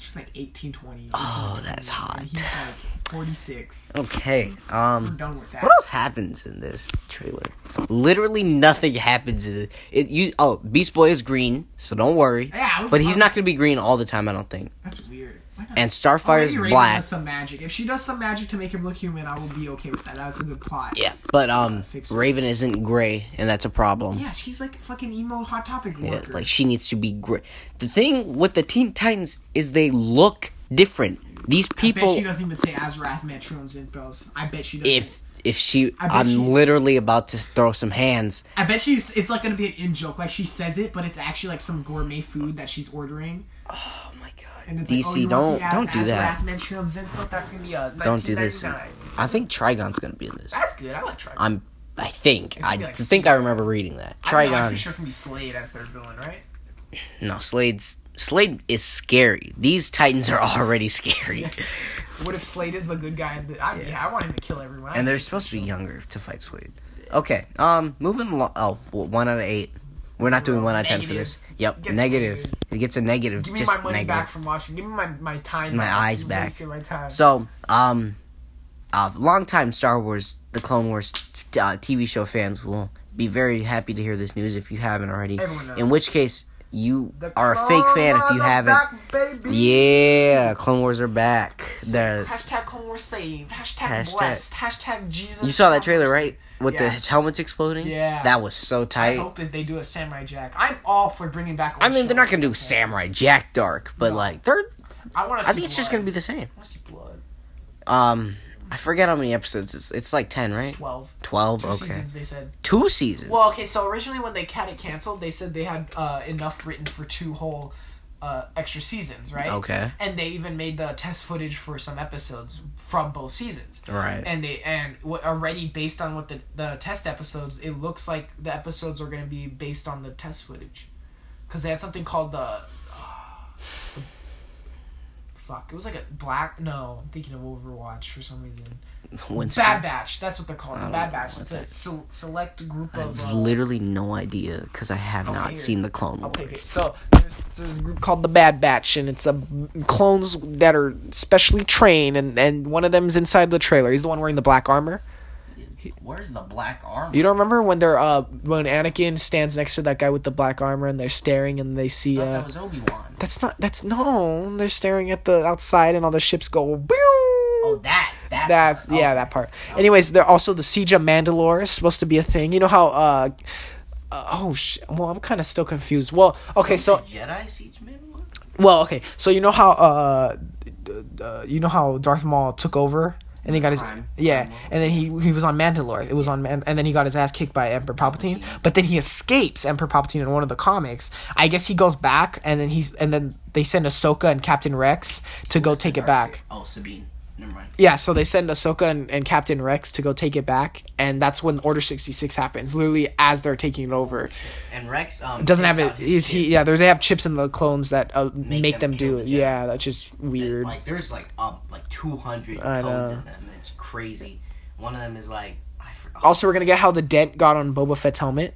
S2: She's like 18, 20.
S1: Oh, that's hot.
S2: And he's like 46.
S1: okay,
S2: We're
S1: um,
S2: done with that.
S1: what else happens in this trailer? Literally nothing happens. In it. it you oh Beast Boy is green, so don't worry.
S2: Yeah, I was-
S1: but he's not gonna be green all the time. I don't think.
S2: That's weird. Why
S1: And
S2: not? Oh, maybe
S1: Starfire's
S2: Raven
S1: black.
S2: Does some magic. If she does some magic to make him look human, I will be okay with that. That's a good plot.
S1: Yeah, but um,
S2: fix it.
S1: Raven isn't gray, and that's a problem.
S2: Yeah, she's like fucking emo hot topic
S1: Yeah,
S2: worker.
S1: like she needs to be gray. The thing with the Teen Titans is they look different. These
S2: I bet she
S1: people,
S2: doesn't even say Azrath Matroons and Bells. I bet she doesn't.
S1: if if she,
S2: I bet
S1: I'm
S2: she-
S1: literally about to throw some hands.
S2: I bet she's. It's like gonna be an in joke. Like she says it, but it's actually like some gourmet food that she's ordering.
S1: Oh my
S2: And
S1: god,
S2: it's like, oh,
S1: DC,
S2: you want
S1: don't
S2: the Az-
S1: don't do that.
S2: Azrath Matroons and Bells? That's gonna be a.
S1: Don't do this. Uh,
S2: 1999.
S1: I think Trigon's gonna be in this.
S2: That's good. I like Trigon.
S1: I'm, I think,
S2: It's
S1: I
S2: gonna be like
S1: think I remember reading that.
S2: I don't know, I'm pretty
S1: Trigon,
S2: sure it's gonna be Slade as their villain, right?
S1: no, Slade's Slade is scary. These Titans are already scary,
S2: What if Slade is the good guy? And the, I, yeah. I want him to kill everyone. I
S1: and they're
S2: think-
S1: supposed to be younger to fight Slade. Okay, um, moving along. Oh, w- one out of eight. We're not doing one out of ten for
S2: Negative.
S1: this. Yep,
S2: Gets
S1: negative.
S2: negative.
S1: It gets a negative.
S2: Give me
S1: just
S2: my money
S1: negative.
S2: back from watching. Give me my, my time.
S1: My
S2: back.
S1: eyes
S2: You
S1: back.
S2: wasted My time.
S1: So, um, uh, longtime Star Wars, the Clone Wars uh, TV show fans will be very happy to hear this news if you haven't already.
S2: Everyone knows.
S1: In which case, you
S2: The
S1: are a fake fan if you
S2: Corona
S1: haven't.
S2: back, baby.
S1: Yeah, Clone Wars are back. They're,
S2: Hashtag Clone Wars saved. Hashtag,
S1: Hashtag-
S2: blessed. Hashtag Jesus.
S1: you saw that trailer, right? With the
S2: Yeah.
S1: helmets exploding?
S2: Yeah.
S1: That was so
S2: I
S1: tight.
S2: hope is they do a Samurai Jack. I'm all for bringing back.
S1: I
S2: old
S1: mean, they're not
S2: shows.
S1: gonna do Samurai Jack Dark, but
S2: No.
S1: like, they're.
S2: I want to.
S1: I think it's just gonna be the same.
S2: I want to see blood.
S1: Um, I forget how many episodes. It's it's like ten, right?
S2: Twelve.
S1: Twelve.
S2: Two
S1: okay.
S2: seasons, they said.
S1: Two seasons.
S2: Well, okay, so originally when they had it canceled, they said they had uh, enough written for two whole uh, extra seasons, right?
S1: Okay.
S2: And they even made the test footage for some episodes from both seasons.
S1: Right.
S2: And they and what already based on what the the test episodes, it looks like the episodes are going to be based on the test footage, because they had something called the. Fuck! It was like a black. No, I'm thinking of Overwatch for some reason.
S1: Winston.
S2: Bad Batch. That's what they're called. The Bad Batch. It's a
S1: that-
S2: sel- select group
S1: I
S2: of.
S1: have
S2: uh,
S1: literally no idea because I have
S2: Okay,
S1: not
S2: here.
S1: seen the Clone
S2: I'll
S1: Wars.
S2: take it. So there's, there's a group called the Bad Batch, and it's a clones that are specially trained, and and one of them's inside the trailer. He's the one wearing the black armor.
S1: Where's the black armor?
S2: You don't remember when they're uh when Anakin stands next to that guy with the black armor, and they're staring, and they see uh
S1: was Obi Wan.
S2: that's not that's no they're staring at the outside, and all the ships go. Oh,
S1: that. that
S2: That's yeah, that oh, part. Anyways, they're also the siege of Mandalore is supposed to be a thing. You know how uh, uh oh sh- well I'm kind of still confused. Well, okay, so
S1: Jedi Siege Mandalore.
S2: Well, okay. So you know how uh, uh you know how Darth Maul took over and he got his
S1: Prime.
S2: yeah,
S1: Prime Maul.
S2: and then he he was on Mandalore. It was on Man- and then he got his ass kicked by Emperor Palpatine. But then he escapes Emperor Palpatine in one of the comics. I guess he goes back and then he's and then they send Ahsoka and Captain Rex to go take it back.
S1: Oh, Sabine. Never mind.
S2: Yeah, so they send Ahsoka and, and Captain Rex to go take it back, and that's when Order sixty six happens. Literally as they're taking it over,
S1: And Rex um
S2: doesn't
S1: takes
S2: have it.
S1: out his
S2: Is
S1: ship.
S2: he? Yeah, there's they have chips in the clones that uh, make,
S1: them kill
S2: them, do it.
S1: the Jedi.
S2: Yeah, that's just weird.
S1: Like there's like um like 200
S2: I
S1: codes
S2: know.
S1: in them. It's crazy. One of them is like I forgot.
S2: also, we're gonna get how the dent got on Boba Fett's helmet.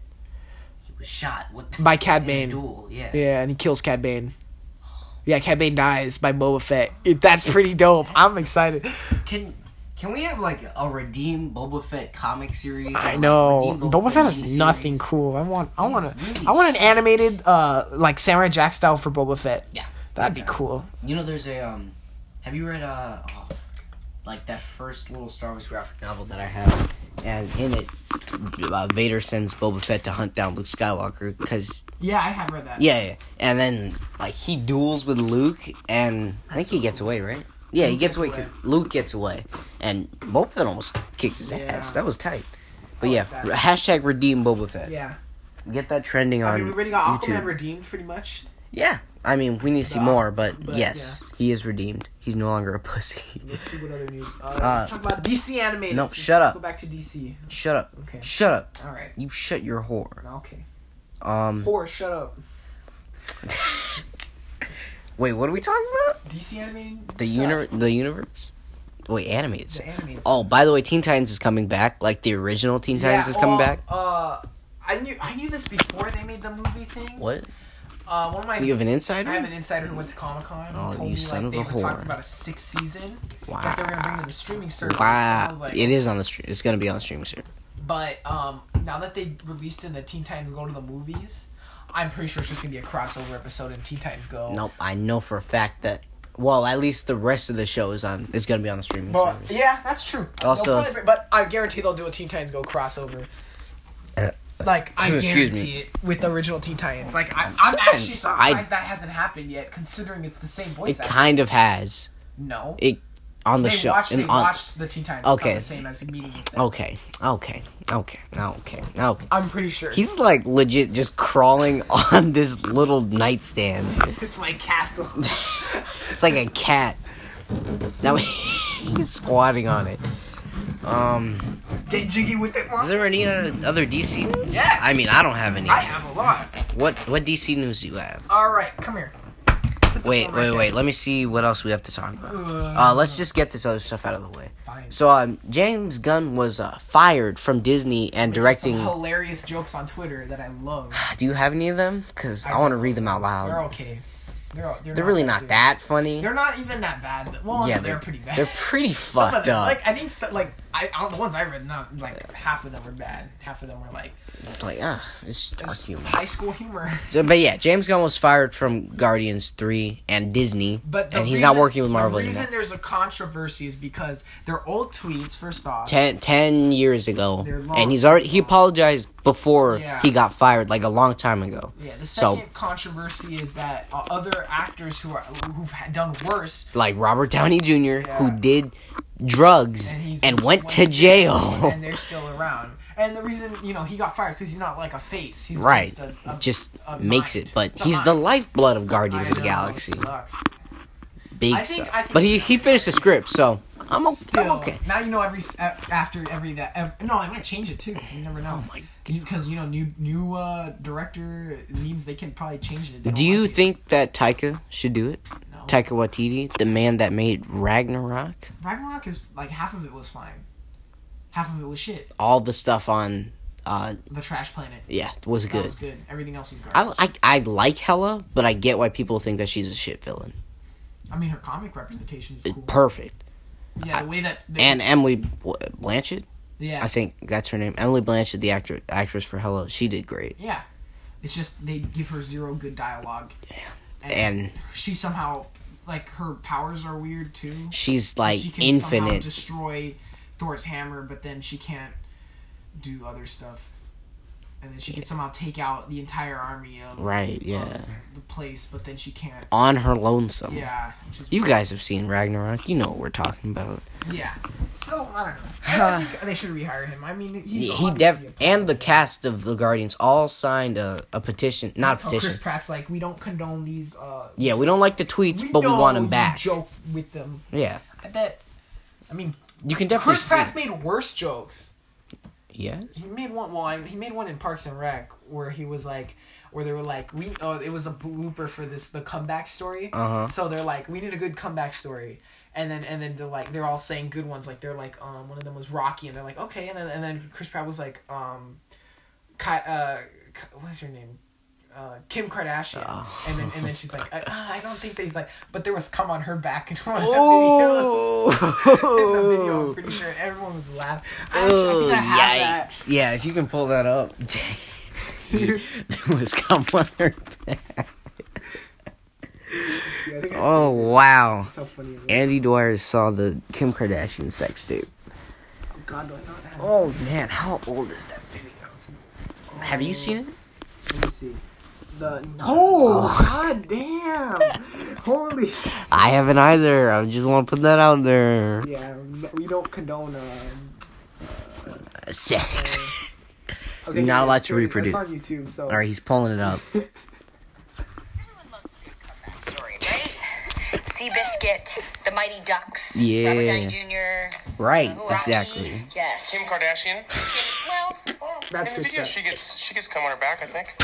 S1: he was shot. What the
S2: By Cad
S1: in a
S2: Bane.
S1: Duel. Yeah.
S2: Yeah, and he kills Cad Bane. Yeah, Cad Bane dies by Boba Fett. It, that's pretty dope. I'm excited.
S1: Can can we have like a redeem Boba Fett comic series? or,
S2: I
S1: like,
S2: know
S1: redeem
S2: Boba Fett
S1: Teen
S2: is
S1: series?
S2: nothing cool. I want, I
S1: He's
S2: want to,
S1: really
S2: I want an
S1: shit.
S2: animated, uh, like Samurai Jack style for Boba Fett.
S1: Yeah.
S2: That'd be
S1: Yeah.
S2: cool.
S1: You know, there's a um. Have you read uh, oh, like that first little Star Wars graphic novel that I have, and in it, uh, Vader sends Boba Fett to hunt down Luke Skywalker because
S2: Yeah, I have read that.
S1: yeah, yeah, and then like he duels with Luke, and I think he gets away, right? Yeah, he
S2: Luke
S1: gets
S2: gets
S1: away.
S2: away.
S1: Luke gets away, and Boba Fett almost kicked his
S2: Yeah.
S1: ass. That was tight.
S2: I
S1: But
S2: like
S1: yeah,
S2: that.
S1: hashtag redeem Boba Fett.
S2: Yeah.
S1: Get that trending on
S2: I mean, we already got Aquaman
S1: YouTube.
S2: redeemed pretty much.
S1: yeah, I mean, we need to see
S2: Nah,
S1: more, but,
S2: but,
S1: yes, he is redeemed. He's no longer a pussy.
S2: Let's see what other news. Uh,
S1: Uh,
S2: let's talk about DC animated.
S1: no, shut
S2: let's
S1: up.
S2: Go back to DC.
S1: shut up.
S2: Okay.
S1: Shut up.
S2: All right.
S1: You shut your whore.
S2: Okay.
S1: Um,
S2: Whore, shut up.
S1: wait, what are we talking about?
S2: DC animated.
S1: The
S2: stuff.
S1: universe. The universe. Wait, animated.
S2: The animated.
S1: Oh, by the way, Teen Titans is coming back. Like the original Teen
S2: Yeah,
S1: Titans is coming
S2: um,
S1: back.
S2: Uh, I knew I knew this before they made the movie thing.
S1: What?
S2: Uh, one of my
S1: You have an insider?
S2: I have an insider who went to Comic Con.
S1: Oh,
S2: told
S1: you
S2: me,
S1: son
S2: like,
S1: of
S2: they
S1: a
S2: were talking
S1: whore.
S2: about a sixth season that they were gonna bring
S1: wow.
S2: to the streaming service. And I
S1: Wow.
S2: was like,
S1: it is on the stream. It's gonna be on the streaming soon.
S2: but um, now that they released in the Teen Titans Go to the movies, I'm pretty sure it's just gonna be a crossover episode in Teen Titans Go.
S1: Nope. I know for a fact that. Well, at least the rest of the show is on. It's gonna be on the streaming
S2: But
S1: service.
S2: yeah, that's true. They'll
S1: Also-
S2: probably- but I guarantee they'll do a Teen Titans Go crossover.
S1: Uh,
S2: Like I
S1: excuse
S2: guarantee
S1: me.
S2: it with the original Teen Titans. Like I, I'm
S1: Teen Titans,
S2: actually surprised
S1: I-
S2: that hasn't happened yet, considering it's the same voice
S1: It
S2: actor.
S1: kind of has
S2: no,
S1: it on the
S2: they
S1: show.
S2: watched.
S1: and
S2: They
S1: on-
S2: watched the Teen Titans. Okay,
S1: Okay. Oh.
S2: the same as meeting with them.
S1: Okay. Okay. Okay. Okay. Okay.
S2: I'm pretty sure.
S1: He's like legit just crawling on this little nightstand.
S2: it's my castle.
S1: It's like a cat. Now he's squatting on it. Um,
S2: Get jiggy with it,
S1: is
S2: Mom.
S1: there any uh, other DC news?
S2: Yes.
S1: I mean, I don't have any.
S2: I have a lot.
S1: What what DC news do you have?
S2: All right, come here.
S1: Wait, wait, wait. Let me see what else we have to talk about. Uh, let's just get this other stuff out of the way.
S2: Fine.
S1: So, um, James Gunn was uh, fired from Disney and directing.
S2: Some hilarious jokes on Twitter that I love.
S1: Do you have any of them? Because I
S2: I-
S1: want to read them out
S2: They're
S1: loud.
S2: okay. They're they're,
S1: They're really not
S2: bad.
S1: that funny.
S2: They're not even that bad. Well,
S1: Yeah,
S2: no, they're,
S1: they're-
S2: pretty bad.
S1: They're pretty
S2: Some of
S1: fucked
S2: them,
S1: up.
S2: like I think, so, like I, I don't, the ones I read, not like half of them were bad. Half of them were like
S1: like, ah, it's just dark
S2: just
S1: humor.
S2: high school humor.
S1: So, but yeah, James Gunn was fired from Guardians Three and Disney,
S2: But the
S1: and he's
S2: reason-
S1: not working with Marvel
S2: The reason
S1: anymore.
S2: there's a controversy is because they're old tweets. First off,
S1: Ten, 10 years ago,
S2: They're long.
S1: and he's already he apologized before
S2: Yeah.
S1: he got fired, like a long time ago.
S2: Yeah, the
S1: So-
S2: second controversy is that uh, other actors who are who've ha- done worse
S1: Like Robert Downey Jr.,
S2: Yeah.
S1: who did drugs and,
S2: he's-
S1: went to jail.
S2: and they're still around. And the reason you know he got fired because he's not like a face. He's
S1: right,
S2: just, a, a-
S1: just
S2: a
S1: makes
S2: mind.
S1: it. But
S2: It's a
S1: he's the
S2: mind.
S1: lifeblood of
S2: I
S1: Guardians of the
S2: know, it
S1: Galaxy.
S2: sucks.
S1: Big
S2: I think-
S1: stuff.
S2: I think-
S1: but he he finished the script, so I'm okay.
S2: Still,
S1: I'm okay.
S2: Now you know every s- a- after every that. Ev- no, I might change it too. You never know.
S1: Oh my
S2: Because you know, new new uh, director means they can probably change it. They
S1: Do
S2: don't
S1: you
S2: want to.
S1: think that Taika should do it?
S2: No.
S1: Taika Waititi, the man that made Ragnarok,
S2: Ragnarok is like half of it was fine, half of it was shit.
S1: all the stuff on, uh,
S2: The trash planet.
S1: yeah, was
S2: That
S1: good.
S2: was good. Everything else was garbage.
S1: I, I I like Hella, but I get why people think that she's a shit villain.
S2: I mean, her comic representation is cool.
S1: Perfect.
S2: yeah, the way that they,
S1: And Emily Bl- Blanchett,
S2: yeah,
S1: I think that's her name. Emily Blanchett, the actor actress for Hella, she did great.
S2: yeah, it's just they give her zero good dialogue.
S1: And
S2: she somehow like her powers are weird too.
S1: she's like
S2: she can somehow
S1: infinite.
S2: destroy Thor's hammer, but then she can't do other stuff. And then she can somehow take out the entire army of
S1: Right,
S2: of
S1: yeah.
S2: the place, but then she can't.
S1: on her lonesome.
S2: Yeah, which is,
S1: You guys have seen Ragnarok. You know what we're talking about.
S2: yeah. So I don't know. I, I think they should rehire him. I mean, he's
S1: Yeah, he
S2: obviously
S1: def
S2: a pro.
S1: and the cast of the Guardians all signed a, a petition, not a
S2: Oh, Chris
S1: petition.
S2: Pratt's like, we don't condone these. Uh,
S1: Yeah, we don't like the tweets,
S2: we
S1: but we
S2: know
S1: want him
S2: you
S1: back.
S2: Joke with them.
S1: Yeah,
S2: I bet. I mean,
S1: you can definitely.
S2: Chris
S1: See.
S2: Pratt's made worse jokes.
S1: yeah,
S2: He made one. Well, I- he made one in Parks and Rec where he was like, where they were like, we. Oh, it was a blooper for this the comeback story.
S1: Uh-huh.
S2: So they're like, we need a good comeback story. And then and then they're like they're all saying good ones like they're like um one of them was Rocky and they're like okay and then and then Chris Pratt was like um, Ki- uh, Ki- what's her name uh, Kim Kardashian, and then and then she's like, I, ah, I don't think that he's like, but there was come on her back and one of the videos. in the video, I'm pretty sure everyone was laughing. I, actually, I
S1: Oh
S2: think I have that.
S1: yikes! Yeah, if you can pull that up. there was come on her back.
S2: See, I think I
S1: Oh wow!
S2: That's how funny it is.
S1: Andy Dwyer saw the Kim Kardashian sex tape.
S2: Oh, God, do I not have it?
S1: Oh man, how old is that video? Have you seen it?
S2: Let me see. The no,
S1: Oh.
S2: god damn, holy.
S1: I haven't either. I just want to put that out there.
S2: Yeah, no, we don't condone. Um,
S1: Sex.
S2: okay,
S1: You're not
S2: yeah,
S1: allowed
S2: it's
S1: to
S2: true,
S1: reproduce.
S2: It's on YouTube, so
S1: All right, he's pulling it up.
S3: Everyone loves a good cup Seabiscuit, the Mighty Ducks, Robert Downey
S1: Yeah.
S3: Jr.,
S1: Right.
S3: Rocky.
S1: Exactly.
S3: Yes.
S4: Kim Kardashian.
S3: Well, well,
S2: That's
S4: in the video,
S2: respect.
S4: she gets she gets come on her back. I think.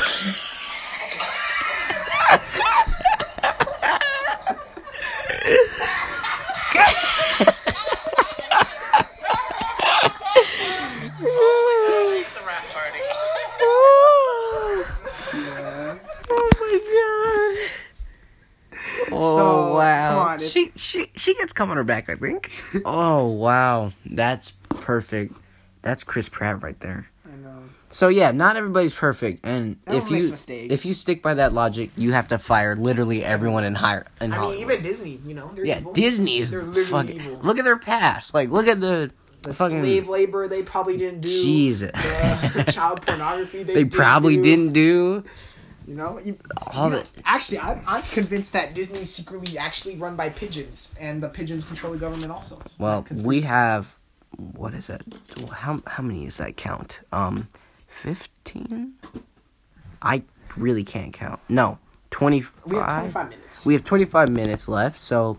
S4: the rap party.
S1: Oh my god. Oh
S2: So,
S1: wow.
S2: come on, it's-
S1: she she she gets come on her back, I think. oh wow. That's perfect. That's Chris Pratt right there.
S2: I know.
S1: So yeah, not everybody's perfect, and if
S2: Everyone makes
S1: you
S2: mistakes.
S1: if you stick by that logic, you have to fire literally everyone in hire in
S2: I mean,
S1: Hollywood.
S2: even Disney, you know, they're
S1: yeah,
S2: evil.
S1: Disney is
S2: They're literally
S1: fucking.
S2: evil.
S1: Look at their past. Like, look at the,
S2: The
S1: fucking
S2: slave labor they probably didn't do.
S1: Jesus.
S2: The child pornography they,
S1: they
S2: didn't
S1: probably
S2: do,
S1: didn't do
S2: You know, you,
S1: all
S2: you know,
S1: the.
S2: actually, I, I'm convinced that Disney's secretly actually run by pigeons, and the pigeons control the government also.
S1: Well,
S2: Because-
S1: we have what is it? How how many is that count? Um, fifteen. I really can't count. No, twenty
S2: we
S1: five.
S2: have 25 minutes.
S1: We have twenty five minutes left, so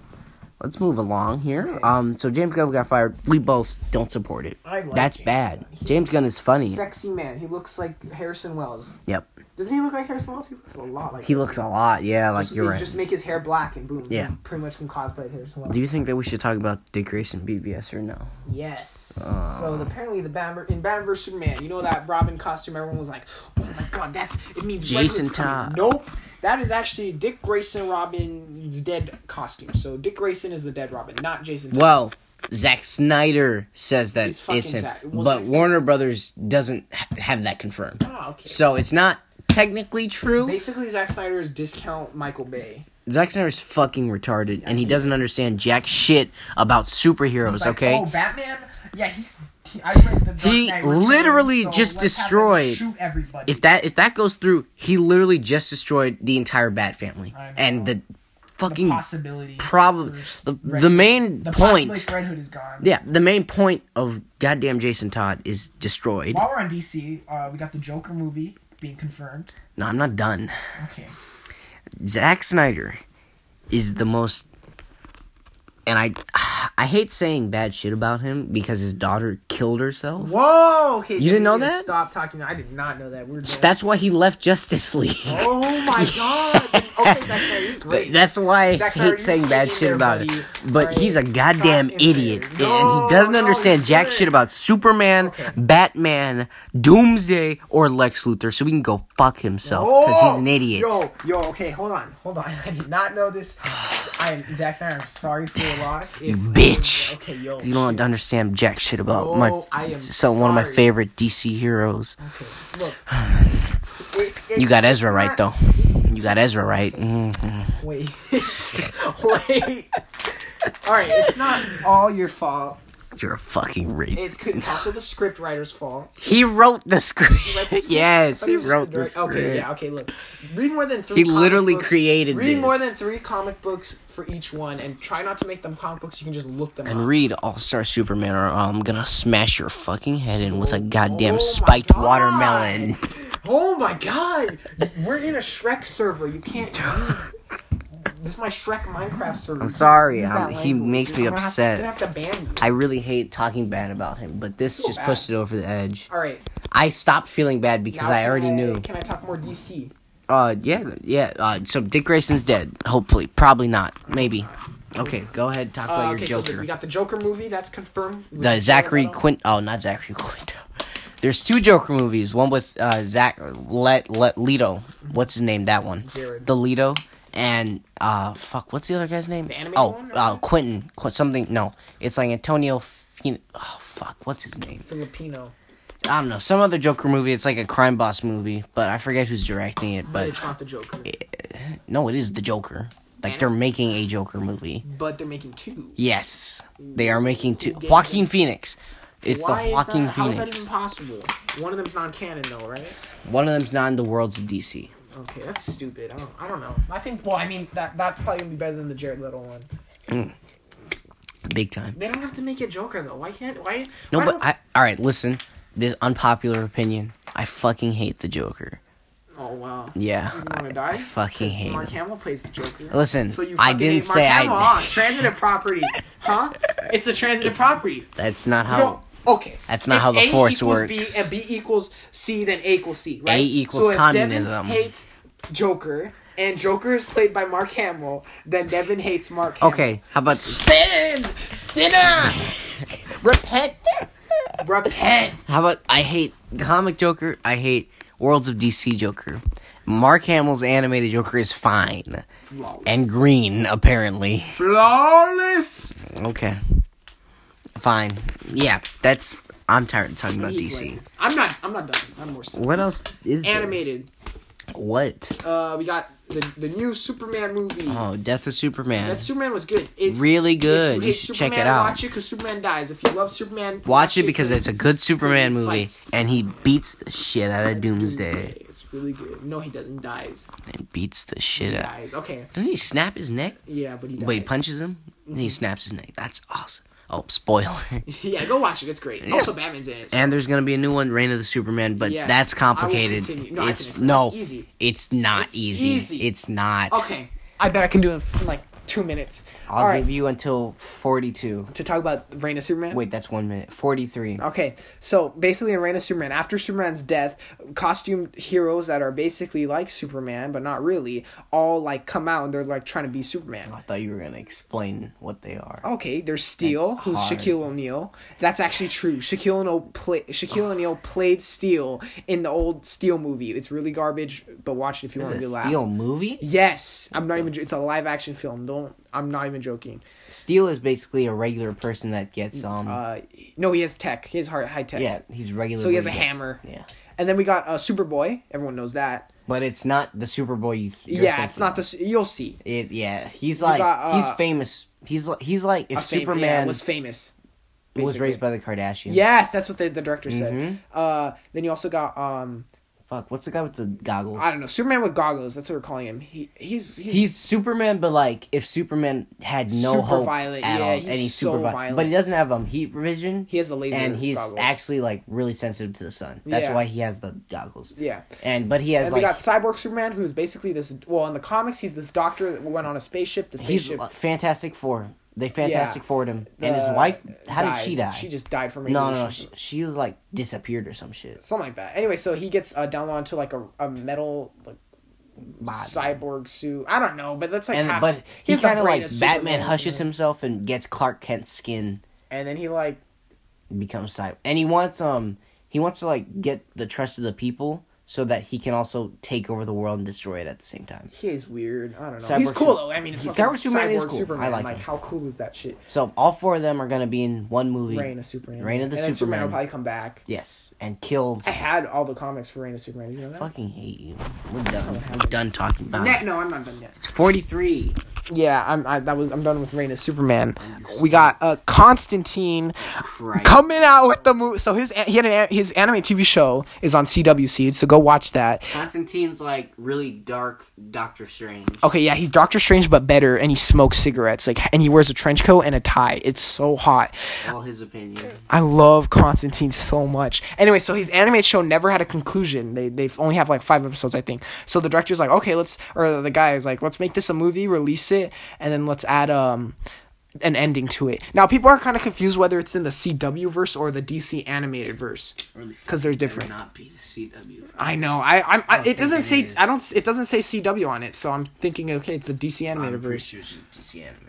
S1: let's move along here.
S2: Okay.
S1: Um, so James Gunn got fired. We both don't support it.
S2: I like
S1: That's
S2: James
S1: bad.
S2: Gunn. He's
S1: James Gunn is funny.
S2: Sexy man. He looks like Harrison Wells.
S1: Yep,
S2: Doesn't he look like Harrison Wells? He looks a lot like.
S1: he looks a lot. Yeah, like
S2: Just-
S1: you're
S2: they
S1: right.
S2: Just make his hair black and boom. you
S1: Yeah.
S2: Pretty much can cosplay as Harrison Wells.
S1: Do you think that we should talk about Dick Grayson BVS or no?
S2: Yes. so apparently the Batman in Batman vs Superman, you know that Robin costume. Everyone was like, "Oh my god, that's it means Red
S1: Jason
S2: Hood's coming."
S1: Todd.
S2: Nope, that is actually Dick Grayson Robin's dead costume. So Dick Grayson is the dead Robin, not Jason. Todd.
S1: Well, Zack Snyder says that
S2: It's
S1: it's, him,
S2: fucking Zack-
S1: but
S2: well, Zack Snyder-
S1: Warner Brothers doesn't ha- have that confirmed.
S2: Ah, okay.
S1: So it's not technically true.
S2: basically Zack Snyder is discount Michael Bay.
S1: Zack Snyder's fucking retarded, and he doesn't understand jack shit about superheroes.
S2: Like,
S1: okay.
S2: Oh, Batman. Yeah, he's. He, I read the Dark
S1: He
S2: Knight Returns,
S1: literally
S2: so
S1: just
S2: let's have him
S1: destroyed-
S2: Shoot everybody.
S1: if that if that goes through, he literally just destroyed the entire Bat family
S2: I know.
S1: and the fucking
S2: possibility.
S1: problem.
S2: for
S1: The,
S2: Red
S1: the
S2: Hood.
S1: main
S2: The possibility
S1: point.
S2: for Red Hood is gone.
S1: Yeah, the main point of goddamn Jason Todd is destroyed.
S2: While we're on DC, uh, we got the Joker movie being confirmed.
S1: No, I'm not done.
S2: Okay.
S1: Zack Snyder is the most and I I hate saying bad shit about him because his daughter killed herself.
S2: Whoa. Okay.
S1: You didn't know that?
S2: Stop talking. I did not know that. We're done.
S1: That's why he left Justice League.
S2: Oh my god. Okay, Zack Snyder, you're
S1: But
S2: great.
S1: that's why I
S2: Zack Snyder,
S1: hate
S2: you
S1: saying bad
S2: get in
S1: shit
S2: there,
S1: about
S2: buddy.
S1: it. But
S2: Right.
S1: he's a goddamn
S2: Stop in
S1: idiot.
S2: there.
S1: And
S2: No,
S1: he doesn't
S2: no,
S1: understand
S2: he's
S1: jack
S2: good.
S1: shit about Superman,
S2: Okay.
S1: Batman, Doomsday, or Lex Luthor, so he can go fuck himself because he's an idiot.
S2: Oh, Yo, yo, okay, hold on, hold on. I did not know this. I'm Zack Snyder. I'm sorry for your loss. If-
S1: bitch.
S2: Okay, yo.
S1: You don't understand jack shit about
S2: Oh, I
S1: my
S2: am
S1: so one of my
S2: sorry.
S1: favorite DC heroes.
S2: Okay, look. It's, it's,
S1: You got Ezra right
S2: not-
S1: though. You got Ezra right. Mhm.
S2: Wait. Wait. All right, it's not all your fault.
S1: You're a fucking racist.
S2: It's, it's also the script writer's fault.
S1: He wrote the script.
S2: Like, this-
S1: yes,
S2: I mean,
S1: he
S2: just
S1: wrote the
S2: direct-
S1: script.
S2: Okay, yeah, okay. Look, read more than three.
S1: He
S2: comic
S1: literally
S2: books-
S1: created
S2: Read
S1: this.
S2: more than three comic books for each one, and try not to make them comic books. You can just look them
S1: And
S2: up.
S1: read All Star Superman, or I'm gonna smash your fucking head in with a
S2: Oh
S1: goddamn
S2: my
S1: spiked
S2: God.
S1: watermelon.
S2: Oh my god! We're in a Shrek server. You can't. Use... This is my Shrek Minecraft server. I'm
S1: sorry, I'm- he makes me upset.
S2: I'm gonna have to ban you.
S1: I really hate talking bad about him, but this just
S2: bad.
S1: pushed it over the edge.
S2: All right.
S1: I stopped feeling bad because
S2: now
S1: I
S2: can
S1: already knew.
S2: Can I talk more DC?
S1: Uh, yeah, yeah. Uh, so Dick Grayson's dead. Hopefully, probably not. Maybe. Okay, go ahead. Talk
S2: Uh,
S1: about
S2: okay,
S1: your
S2: so the-
S1: Joker.
S2: we got the Joker movie. That's confirmed. We
S1: the
S2: talked
S1: Zachary
S2: about that.
S1: Quint. Oh, not Zachary Quinto. There's two Joker movies. One with uh, Zach Let Let Leto. What's his name? That one.
S2: Jared.
S1: The Leto and uh fuck. What's the other guy's name?
S2: The animated
S1: oh,
S2: one or
S1: uh, Quentin. Qu- something. No, it's like Antonio. Fien- oh fuck. What's his name?
S2: Filipino.
S1: I don't know. Some other Joker movie. It's like a crime boss movie, but I forget who's directing it.
S2: But
S1: But
S2: it's not the Joker.
S1: no, it is the Joker. Like
S2: Anna?
S1: they're making a Joker movie.
S2: But they're making two.
S1: Yes, they are making two. Joaquin Phoenix. It's the
S2: is
S1: Joaquin
S2: that, How is
S1: Phoenix.
S2: that even possible? One of them's non-canon, though, right?
S1: One of them's not in the worlds of DC.
S2: Okay, that's stupid. I don't, I don't know. I think. Well, I mean, that that's probably gonna be better than the Jared Little one.
S1: Big time.
S2: They don't have to make a Joker though. Why can't? Why?
S1: No,
S2: why
S1: but
S2: don't-
S1: I. All right, listen. This unpopular opinion. I fucking hate the Joker.
S2: Oh wow.
S1: Yeah.
S2: You
S1: I
S2: want to die?
S1: fucking hate
S2: Mark
S1: him.
S2: Hamill plays the Joker.
S1: Listen, I
S2: fucking
S1: didn't
S2: hate
S1: say I-
S2: Hamill, huh? transitive property, huh? It's the transitive property.
S1: That's not
S2: You
S1: how.
S2: know, okay.
S1: Um, That's not
S2: If
S1: how the
S2: A
S1: Force
S2: equals B
S1: works.
S2: and B equals C, then A equals C, right?
S1: A equals
S2: so if
S1: communism.
S2: Devin hates Joker, and Joker is played by Mark Hamill. Then Devin hates Mark. Hamill.
S1: Okay, how about
S2: Sin, sinner, repent, repent.
S1: how about I hate comic Joker. I hate Worlds of DC Joker. Mark Hamill's animated Joker is fine
S2: Flawless.
S1: and green apparently.
S2: flawless.
S1: Okay, fine. Yeah, that's. I'm tired of talking about
S2: He's
S1: DC.
S2: winning. I'm not. I'm not done. I'm more stuff.
S1: What else is there?
S2: Animated.
S1: What?
S2: Uh, we got the the new Superman movie.
S1: Oh, Death of Superman.
S2: That Superman was good. It's
S1: Really
S2: if
S1: good. You
S2: hate
S1: should
S2: Superman,
S1: check it out.
S2: Watch it because Superman dies. If you love Superman,
S1: Watch it because it's a good Superman
S2: He
S1: movie,
S2: fights.
S1: and he beats the shit out of
S2: It's
S1: Doomsday.
S2: It's really good. No, he doesn't. Dies.
S1: And beats the shit
S2: He
S1: out.
S2: dies. Okay.
S1: Doesn't he snap his neck?
S2: Yeah, but he Mm-hmm. dies.
S1: Wait, punches him, and he snaps his neck. That's awesome. Oh, spoiler.
S2: Yeah, go watch it. It's great. Also, Batman's in it. so-
S1: and there's gonna be a new one, Reign of the Superman, but
S2: Yes.
S1: that's
S2: I will
S1: complicated.
S2: continue. No, I can
S1: it's
S2: explain.
S1: no,
S2: It's
S1: it's,
S2: easy.
S1: not
S2: It's
S1: easy.
S2: easy.
S1: It's not.
S2: okay. I bet I can do it in like two minutes.
S1: I'll
S2: All right.
S1: give you until forty-two.
S2: to talk about Reign of Superman.
S1: Wait, that's one minute. Forty-three.
S2: Okay, so basically, in Reign of Superman, after Superman's death, costumed heroes that are basically like Superman but not really all like come out and they're like trying to be Superman.
S1: I thought you were gonna explain what they are.
S2: Okay, there's Steel,
S1: That's
S2: who's
S1: hard.
S2: Shaquille O'Neal. That's actually true. Shaquille O'Neal, play, Shaquille O'Neal played Steel in the old Steel movie. It's really garbage, but watch it if you want to be
S1: Is it
S2: laugh.
S1: Steel movie?
S2: Yes, I'm not even. jo- It's a live action film. Don't. I'm not even joking.
S1: Steel is basically a regular person that gets um.
S2: Uh, no, he has tech. He has hard, high tech.
S1: Yeah, he's regular.
S2: So he has
S1: but
S2: a
S1: gets-
S2: hammer.
S1: Yeah,
S2: And then we got uh, Superboy. Everyone knows that.
S1: but it's not the Superboy. You, you're
S2: yeah, it's
S1: thinking
S2: not
S1: of.
S2: the. s- You'll see.
S1: It yeah, he's like
S2: got, uh,
S1: he's famous. He's li- he's like if
S2: A fam-
S1: Superman
S2: yeah,
S1: was,
S2: was famous.
S1: raised
S2: basically.
S1: by Mm-hmm. the Kardashians.
S2: Yes, that's what the, the director said. Uh, then you also got um,
S1: Fuck, what's the guy with the goggles?
S2: I don't know, Superman with goggles. That's what we're calling him. He he's he's,
S1: He's Superman, but like if Superman had no
S2: Super
S1: hope
S2: violent,
S1: at
S2: yeah,
S1: all,
S2: he's
S1: and he's
S2: so
S1: super vi-
S2: violent.
S1: but he doesn't have um heat vision.
S2: He has the laser
S1: and he's
S2: goggles.
S1: actually like really sensitive to the sun. That's
S2: Yeah.
S1: why he has the goggles.
S2: yeah.
S1: and but he has
S2: And we
S1: like
S2: got Cyborg Superman, who is basically this. Well, in the comics, he's this doctor that went on a spaceship. The
S1: he's
S2: spaceship
S1: uh, Fantastic Four. They Fantastic
S2: Yeah.
S1: Four him, and his
S2: uh,
S1: wife. How did
S2: died.
S1: she die?
S2: She just died from
S1: No,
S2: radiation.
S1: no, no. She, she like disappeared or some shit.
S2: something like that. Anyway, so he gets uh, down onto like a, a metal like
S1: Body.
S2: cyborg suit. I don't know, but that's like
S1: And
S2: half.
S1: but
S2: he
S1: he
S2: has the
S1: kind of
S2: brain
S1: like
S2: of
S1: Batman
S2: Superman,
S1: hushes
S2: you know?
S1: himself and gets Clark Kent's skin,
S2: and then he like
S1: and becomes cyber, and he wants um he wants to like get the trust of the people so that he can also take over the world and destroy it at the same time.
S2: he is weird. I don't know.
S1: Cyborg
S2: he's cool
S1: Su-
S2: though. I mean, it's
S1: He-
S2: fucking
S1: Cyborg Superman is cool.
S2: Superman.
S1: I like
S2: like.
S1: him.
S2: how cool is that shit?
S1: So all four of them are gonna be in one movie.
S2: Reign of Superman.
S1: Reign of the
S2: and then Superman will
S1: Superman.
S2: probably come back.
S1: Yes, and kill.
S2: I had all the comics for Reign of Superman. Did You know that?
S1: fucking hate you. We're done. We're done talking about
S2: Oh, Ne-
S1: it.
S2: no, I'm not done yet.
S1: It's forty three.
S2: Yeah, I'm. I, that was. I'm done with Reign of Superman. We got uh, Constantine coming out with the movie. So his he had an, a- his anime TV show is on CW Seed. So go watch that.
S1: Constantine's like really dark Doctor Strange.
S2: Okay, yeah, he's Doctor Strange but better, and he smokes cigarettes. Like, and he wears a trench coat and a tie. It's so hot.
S1: All his opinion.
S2: I love Constantine so much. Anyway, so his animated show never had a conclusion. They they only have like five episodes, I think. So the director's like, okay, let's or the guy is like, let's make this a movie, release it, and then let's add um an ending to it. Now people are kind of confused whether it's in the CW verse or the DC animated verse because they're different.
S1: Not be the CW.
S2: I know. I I'm, I, it doesn't
S1: think it
S2: say
S1: is.
S2: I don't it doesn't say CW on it, so I'm thinking okay, it's the DC animated verse.
S1: sure it's just DC animated.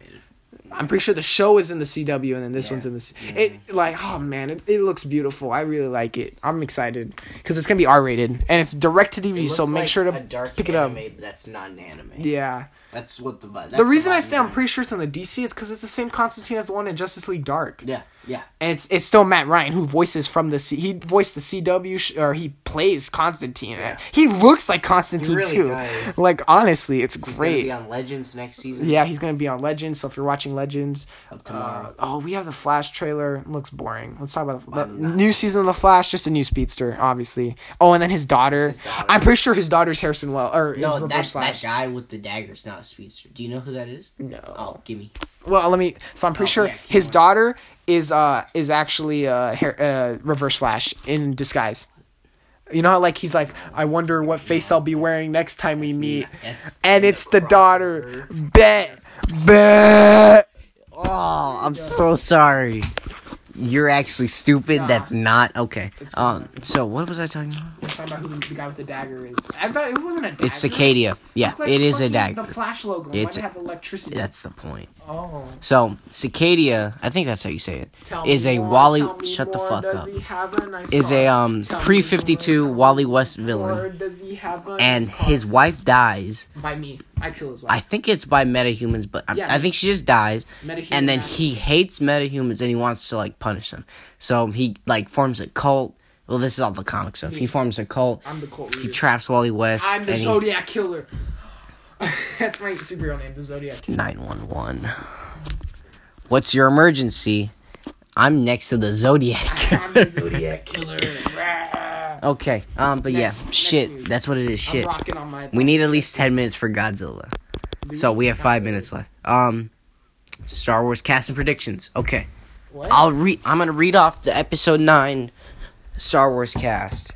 S2: I'm pretty sure the show is in the CW and then this
S1: Yeah.
S2: one's in the. C- It like oh man, it, it looks beautiful. I really like it. I'm excited because it's gonna be R rated and it's direct to TV. So make sure to pick it up.
S1: That's not an anime.
S2: Yeah.
S1: That's what the vibe.
S2: The reason I say I'm pretty sure it's in the DC is because it's the same Constantine as the one in Justice League Dark.
S1: Yeah, yeah.
S2: And it's it's still Matt Ryan who voices from the C- he voiced the CW sh- or he plays Constantine. He looks like Constantine
S1: really
S2: too.
S1: does.
S2: Like honestly, it's
S1: Great.
S2: great.
S1: be on Legends next season.
S2: Yeah, he's gonna be on Legends. So if you're watching Legends,
S1: tomorrow.
S2: uh, oh, we have the Flash trailer. Looks boring. Let's talk about the, the new season of the Flash. Just a new speedster, obviously. Oh, and then his daughter.
S1: his daughter.
S2: I'm pretty sure his daughter's Harrison Well or is
S1: No,
S2: Reverse
S1: that's that
S2: Flash.
S1: guy with the dagger is not a speedster. Do you know who that is?
S2: No.
S1: Oh, gimme.
S2: Well, let me. So I'm pretty
S1: Oh,
S2: sure
S1: yeah, keep
S2: his
S1: going.
S2: daughter is uh is actually uh, Har- uh Reverse Flash in disguise. You know how like he's like, I wonder what face I'll be wearing next time we meet,
S1: That's
S2: and it's the daughter. Bet, bet.
S1: Oh, I'm so sorry. You're actually stupid.
S2: Nah.
S1: That's not okay.
S2: It's
S1: Um. So what was I talking about?
S2: I'm talking about who the guy with the dagger is. I thought it wasn't a dagger.
S1: It's Cicadia. Yeah,
S2: Looked like
S1: it is a
S2: fucking
S1: dagger.
S2: The Flash logo.
S1: It's-
S2: It's Why have electricity.
S1: That's the point.
S2: oh.
S1: So Cicadia, I think that's how you say it, is
S2: Tell me
S1: a
S2: more,
S1: Wally.
S2: tell me
S1: Shut the
S2: more,
S1: fuck
S2: does
S1: up.
S2: he have a nice
S1: Is a
S2: car?
S1: um
S2: Tell me
S1: pre
S2: more,
S1: fifty two
S2: tell me
S1: Wally West
S2: more,
S1: villain,
S2: does he have a
S1: and
S2: nice car?
S1: his wife dies.
S2: by me, I kill his wife.
S1: I think it's by metahumans, but I'm,
S2: Yeah.
S1: I think she just dies.
S2: Metahuman
S1: and then
S2: ass.
S1: he hates metahumans and he wants to like punish them. So he like forms a cult. Well, this is all the comic stuff. He forms a cult.
S2: I'm the cult
S1: He
S2: leader.
S1: traps Wally West.
S2: I'm the
S1: and
S2: Zodiac killer. That's my superhero name, the Zodiac. Killer.
S1: Nine one one. What's your emergency? I'm next to the Zodiac.
S2: I'm the Zodiac killer. Rah.
S1: okay. Um. But
S2: Next-
S1: yeah.
S2: next
S1: Shit.
S2: news.
S1: That's what it is. Shit.
S2: I'm rocking on my.
S1: We need at least ten minutes for Godzilla. So we have five minutes left. Um. Star Wars cast and predictions. Okay.
S2: What?
S1: I'll read. I'm gonna read off the episode nine Star Wars cast.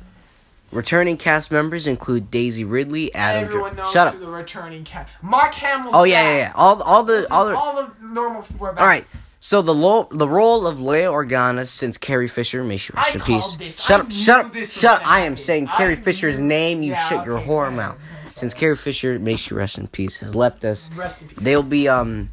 S1: Returning cast members include Daisy Ridley, Adam. Dr-
S2: Everyone knows
S1: Shut up.
S2: who the returning cat. Mark Hamill.
S1: Oh yeah, yeah, yeah. All, all the, all the.
S2: All the normal people are back.
S1: All right. So the lo- the role of Leia Organa since Carrie Fisher, may she rest
S2: I
S1: in
S2: called
S1: peace.
S2: this.
S1: Shut
S2: I
S1: up! Shut
S2: knew
S1: up!
S2: this was
S1: Shut up!
S2: gonna
S1: I am
S2: happen.
S1: saying
S2: I
S1: Carrie Fisher's
S2: knew-
S1: name. You
S2: Yeah,
S1: shut your
S2: okay,
S1: whore
S2: fine.
S1: mouth. Since Carrie Fisher, may she rest in peace, has left us,
S2: Rest in peace.
S1: they'll be um,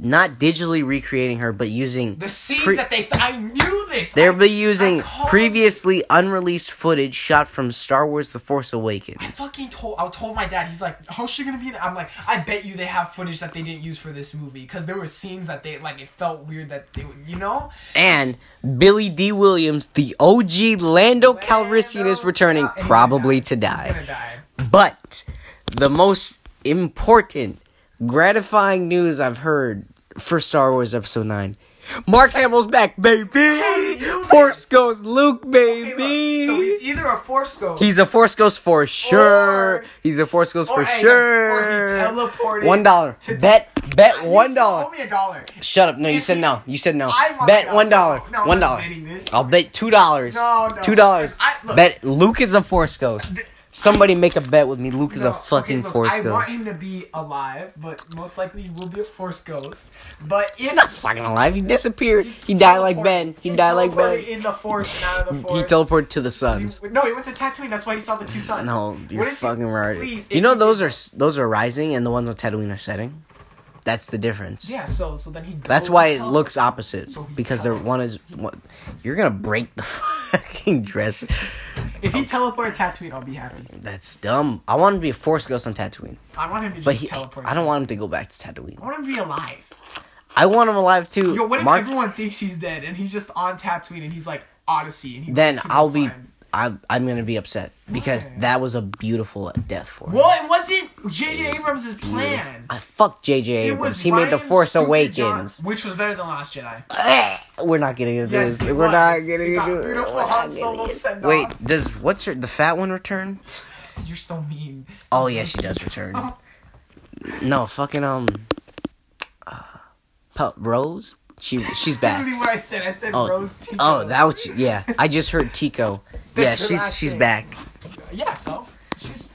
S1: not digitally recreating her, but using
S2: The scenes
S1: pre-
S2: that they. I knew this.
S1: They'll
S2: I-
S1: be using
S2: I called-
S1: previously unreleased footage shot from Star Wars The Force
S2: I
S1: Awakens.
S2: fucking told. I told my dad. He's like, "How's she gonna be?" In it?" I'm like, "I bet you they have footage that they didn't use for this movie because there were scenes that they like. It felt weird that they, would- you know."
S1: And Billy D. Williams, the OG Lando Calrissian, is returning,
S2: And he's gonna
S1: probably
S2: die.
S1: to
S2: He's
S1: die.
S2: gonna die.
S1: But the most important, gratifying news I've heard for Star Wars Episode 9 Mark Hamill's back, baby! Force Ghost Luke,
S2: Hey,
S1: baby!
S2: look, so he's either a force ghost.
S1: He's a Force Ghost for sure.
S2: Or-
S1: He's a Force Ghost for
S2: or hey,
S1: sure.
S2: or he teleported
S1: One dollar.
S2: to-
S1: Bet bet
S2: You
S1: one
S2: still owe
S1: dollar.
S2: me a dollar.
S1: Shut up. No, you
S2: If
S1: said
S2: he-
S1: no. You said no.
S2: I want
S1: Bet
S2: that.
S1: one dollar.
S2: No, I'm
S1: One
S2: not
S1: dollar.
S2: betting this.
S1: I'll bet two dollars.
S2: No, no.
S1: Two dollars.
S2: I- look.
S1: Bet Luke is a Force Ghost. Somebody make a bet with me. Luke is
S2: No,
S1: a fucking
S2: okay, look,
S1: Force
S2: I want
S1: Ghost.
S2: him to be alive, but most likely he will be a force ghost. But if
S1: He's not fucking alive. He disappeared. He died like
S2: teleported-
S1: Ben. He died like
S2: teleported
S1: Ben.
S2: In the force and out of the force.
S1: He teleported to the suns.
S2: No, he went to Tatooine. That's why he saw the two suns.
S1: No,
S2: What
S1: you're
S2: if you-
S1: fucking right.
S2: please,
S1: you
S2: if
S1: know
S2: you-
S1: those are s- those are rising, and the ones on Tatooine are setting. That's the difference.
S2: Yeah, so so then he.
S1: That's
S2: goes
S1: why
S2: and
S1: it looks opposite
S2: So he
S1: because there one is one, you're gonna break the fucking dress.
S2: teleported- If he teleported Tatooine, I'll be happy.
S1: That's dumb. I want him to be a Force Ghost on Tatooine,
S2: I want him to
S1: but
S2: just
S1: he,
S2: teleport.
S1: I don't want him to go back to Tatooine.
S2: I want him to be alive.
S1: I want him alive too.
S2: Yo, what if
S1: Mark-
S2: everyone thinks he's dead and he's just on Tatooine and he's like Odyssey and he
S1: then
S2: goes to
S1: I'll be.
S2: find-
S1: I, I'm gonna be upset because
S2: Why?
S1: that was a beautiful death for him.
S2: Well, it wasn't J.J. Abrams' plan.
S1: I fucked J.J.
S2: It
S1: Abrams.
S2: was
S1: He made The
S2: Ryan's
S1: Force
S2: stupid
S1: Awakens.
S2: John- which was better than Last Jedi.
S1: We're not getting into
S2: Yes,
S1: this.
S2: it
S1: We're
S2: was.
S1: not
S2: It
S1: getting
S2: got
S1: into
S2: beautiful Han Solo
S1: this.
S2: send-off.
S1: Wait, does what's her the fat one return?
S2: You're so mean.
S1: Oh yeah, she does return.
S2: Uh-huh.
S1: No, fucking um, uh, Pel- Rose. She she's back.
S2: Literally what I said. I said
S1: Oh,
S2: Rose Tico.
S1: oh, that was yeah. I just heard Tico. Yeah,
S2: That's her
S1: she's
S2: last
S1: she's
S2: name.
S1: back.
S2: Yeah, so she's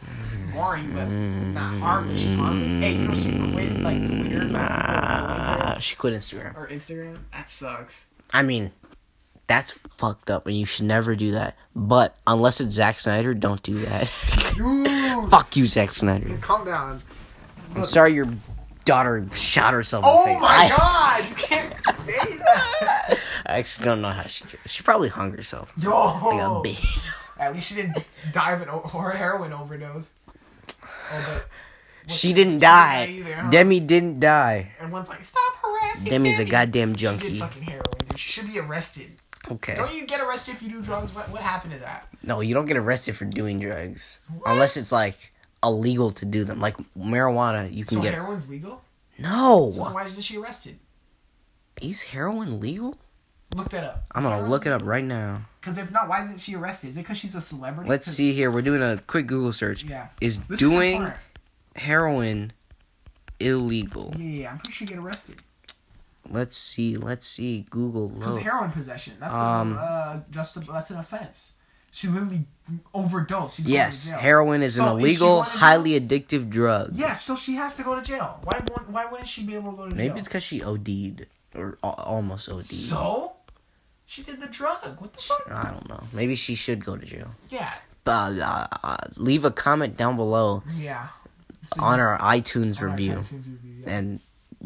S2: boring, but not harmless. She's harmless. Hey, you know she quit like Twitter
S1: Uh, she quit Instagram.
S2: or Instagram. That sucks.
S1: I mean, that's fucked up, and you should never do that. But unless it's Zack Snyder, don't do that.
S2: Dude,
S1: Fuck you, Zack Snyder.
S2: calm down.
S1: I'm sorry your daughter shot herself. in the
S2: Oh
S1: face.
S2: my
S1: I-
S2: god, you can't say that.
S1: I actually don't know how she. She probably hung herself. Like a
S2: Yo,
S1: bitch.
S2: at least she didn't die of an o- or a heroin overdose. Oh, but
S1: She didn't
S2: die
S1: die.
S2: either, huh?
S1: Demi didn't die.
S2: everyone's like, stop harassing.
S1: Demi's a
S2: Demi."
S1: goddamn
S2: She did
S1: junkie.
S2: fucking heroin. Dude. She should be arrested.
S1: Okay.
S2: Don't you get arrested if you do drugs? What what happened to that?
S1: No, you don't get arrested for doing drugs unless it's like illegal to do them. Like marijuana, you can
S2: So
S1: get.
S2: heroin's legal. So
S1: no,
S2: why isn't she arrested?
S1: is heroin legal?
S2: Look that up.
S1: I'm gonna look it up right now.
S2: Because if not, why isn't she arrested? Is it because she's a celebrity?
S1: Let's
S2: 'Cause-
S1: see here. We're doing a quick Google search.
S2: Yeah.
S1: Is
S2: This the
S1: doing
S2: part.
S1: heroin illegal?
S2: Yeah, yeah, yeah, I'm pretty sure you get arrested.
S1: Let's see. Let's see. Google.
S2: Because
S1: low.
S2: heroin possession. That's
S1: Um,
S2: a, uh, just a, that's an offense. She literally overdosed. She's going to
S1: Yes,
S2: jail.
S1: heroin is an
S2: So, she
S1: illegal,
S2: wanna go-
S1: highly addictive drug.
S2: Yeah, so she has to go to jail. Why? won't- Why wouldn't she be able to go to jail?
S1: Maybe it's because she OD'd or al- almost OD'd.
S2: so. She did the drug. What the fuck?
S1: I don't know. Maybe she should go to jail.
S2: Yeah,
S1: But uh, uh, leave a comment down below
S2: yeah. It's a-
S1: on our iTunes
S2: on our
S1: review
S2: iTunes review, Yeah.
S1: and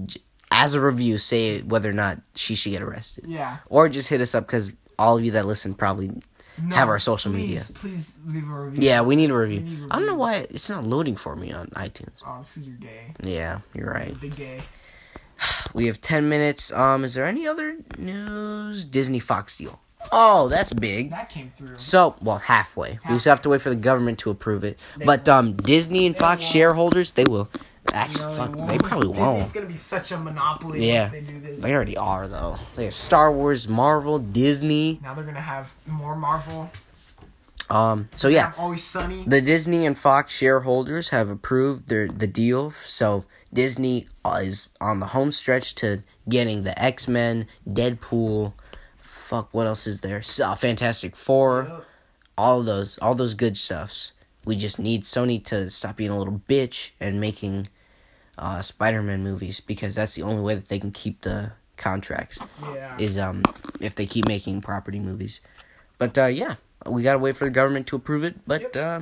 S1: j- as a review, say whether or not she should get arrested.
S2: yeah.
S1: Or just hit us up because all of you that listen probably.
S2: No,
S1: Have our social
S2: please,
S1: media.
S2: Please leave a review.
S1: Yeah, we need a
S2: We need
S1: review.
S2: a
S1: I don't know why
S2: review.
S1: it's not loading for me on iTunes.
S2: Oh, it's 'cause you're gay.
S1: Yeah, you're right.
S2: The gay.
S1: We have 10 minutes. Um, is there any other news? Disney Fox deal. Oh, that's big.
S2: That came through.
S1: So, well, halfway. We still have to wait for the government to approve it. But um, Disney and Fox
S2: won't.
S1: shareholders, they will. Actually,
S2: No,
S1: fuck,
S2: won't.
S1: they probably
S2: Disney's
S1: won't.
S2: gonna be such a monopoly
S1: Yeah.
S2: once they do this.
S1: They already are though. They have Star Wars, Marvel, Disney.
S2: now they're gonna have more Marvel.
S1: Um, so yeah,
S2: Have Always Sunny.
S1: the Disney and Fox shareholders have approved their the deal. So Disney is on the home stretch to getting the X Men, Deadpool. Fuck, what else is there? S- uh, Fantastic Four.
S2: Yup.
S1: all those all those good stuffs. We just need Sony to stop being a little bitch and making uh, Spider-Man movies because that's the only way that they can keep the contracts
S2: yeah.
S1: is um if they keep making property movies. But uh, yeah, we gotta wait for the government to approve it, but uh,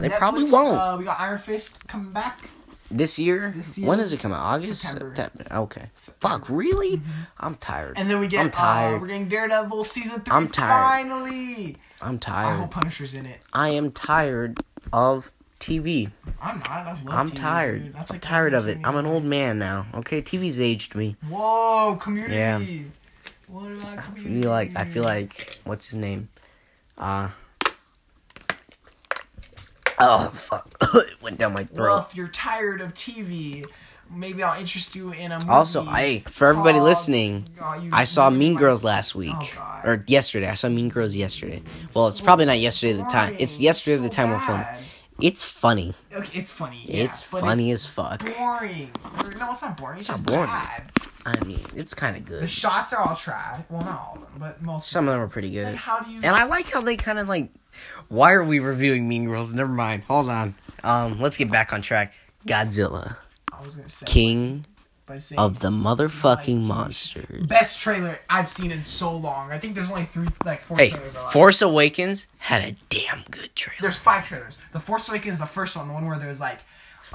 S1: they
S2: Netflix,
S1: probably won't
S2: Uh, we got Iron Fist coming back.
S1: this, year,
S2: this year-
S1: When does it come out? August,
S2: September. Mm-hmm.
S1: September. Okay. Fuck, really? I'm tired.
S2: And then we get.
S1: I'm tired.
S2: Uh, we're getting Daredevil season three.
S1: I'm tired.
S2: Finally.
S1: I'm
S2: I
S1: tired.
S2: hope Punisher's in it.
S1: I am tired of TV.
S2: I'm not. I love
S1: I'm
S2: TV,
S1: tired.
S2: dude. That's
S1: I'm
S2: like
S1: tired of it.
S2: everything.
S1: I'm an old man now. Okay, TV's aged me.
S2: Whoa, community.
S1: Yeah.
S2: What about
S1: I
S2: community?
S1: feel like I feel like what's his name? Uh Oh fuck. it went down my
S2: Well,
S1: throat.
S2: if you're tired of TV, maybe I'll interest you in a movie.
S1: Also, hey, for everybody
S2: called-
S1: listening,
S2: Oh, you-
S1: I saw
S2: you
S1: Mean
S2: must-
S1: Girls last week.
S2: Oh, God.
S1: Or yesterday. I saw Mean Girls yesterday. Well, it's probably not yesterday at the time. It's
S2: Boring.
S1: yesterday at the
S2: So
S1: time we're filming.
S2: bad.
S1: It's funny.
S2: Okay, it's funny. yeah,
S1: It's
S2: but
S1: funny as fuck.
S2: boring. Or, No, it's not boring. It's,
S1: not
S2: just
S1: boring.
S2: bad.
S1: I mean, it's kind of
S2: The
S1: good.
S2: shots are all tried. Well, not all of them, but most.
S1: Some of
S2: of
S1: them are pretty
S2: them.
S1: good.
S2: Like, how do you?
S1: And I like how they kind of like, why are we reviewing Mean Girls? Never mind. Hold on. Um, let's get back on track. Godzilla,
S2: I was gonna say
S1: king
S2: by saying
S1: of the motherfucking
S2: Like,
S1: monsters.
S2: best trailer I've seen in so long. I think there's only three, like four
S1: Hey,
S2: trailers. alive.
S1: Force Awakens had a damn good trailer.
S2: There's five trailers. The Force Awakens is the first one, the one where there's like,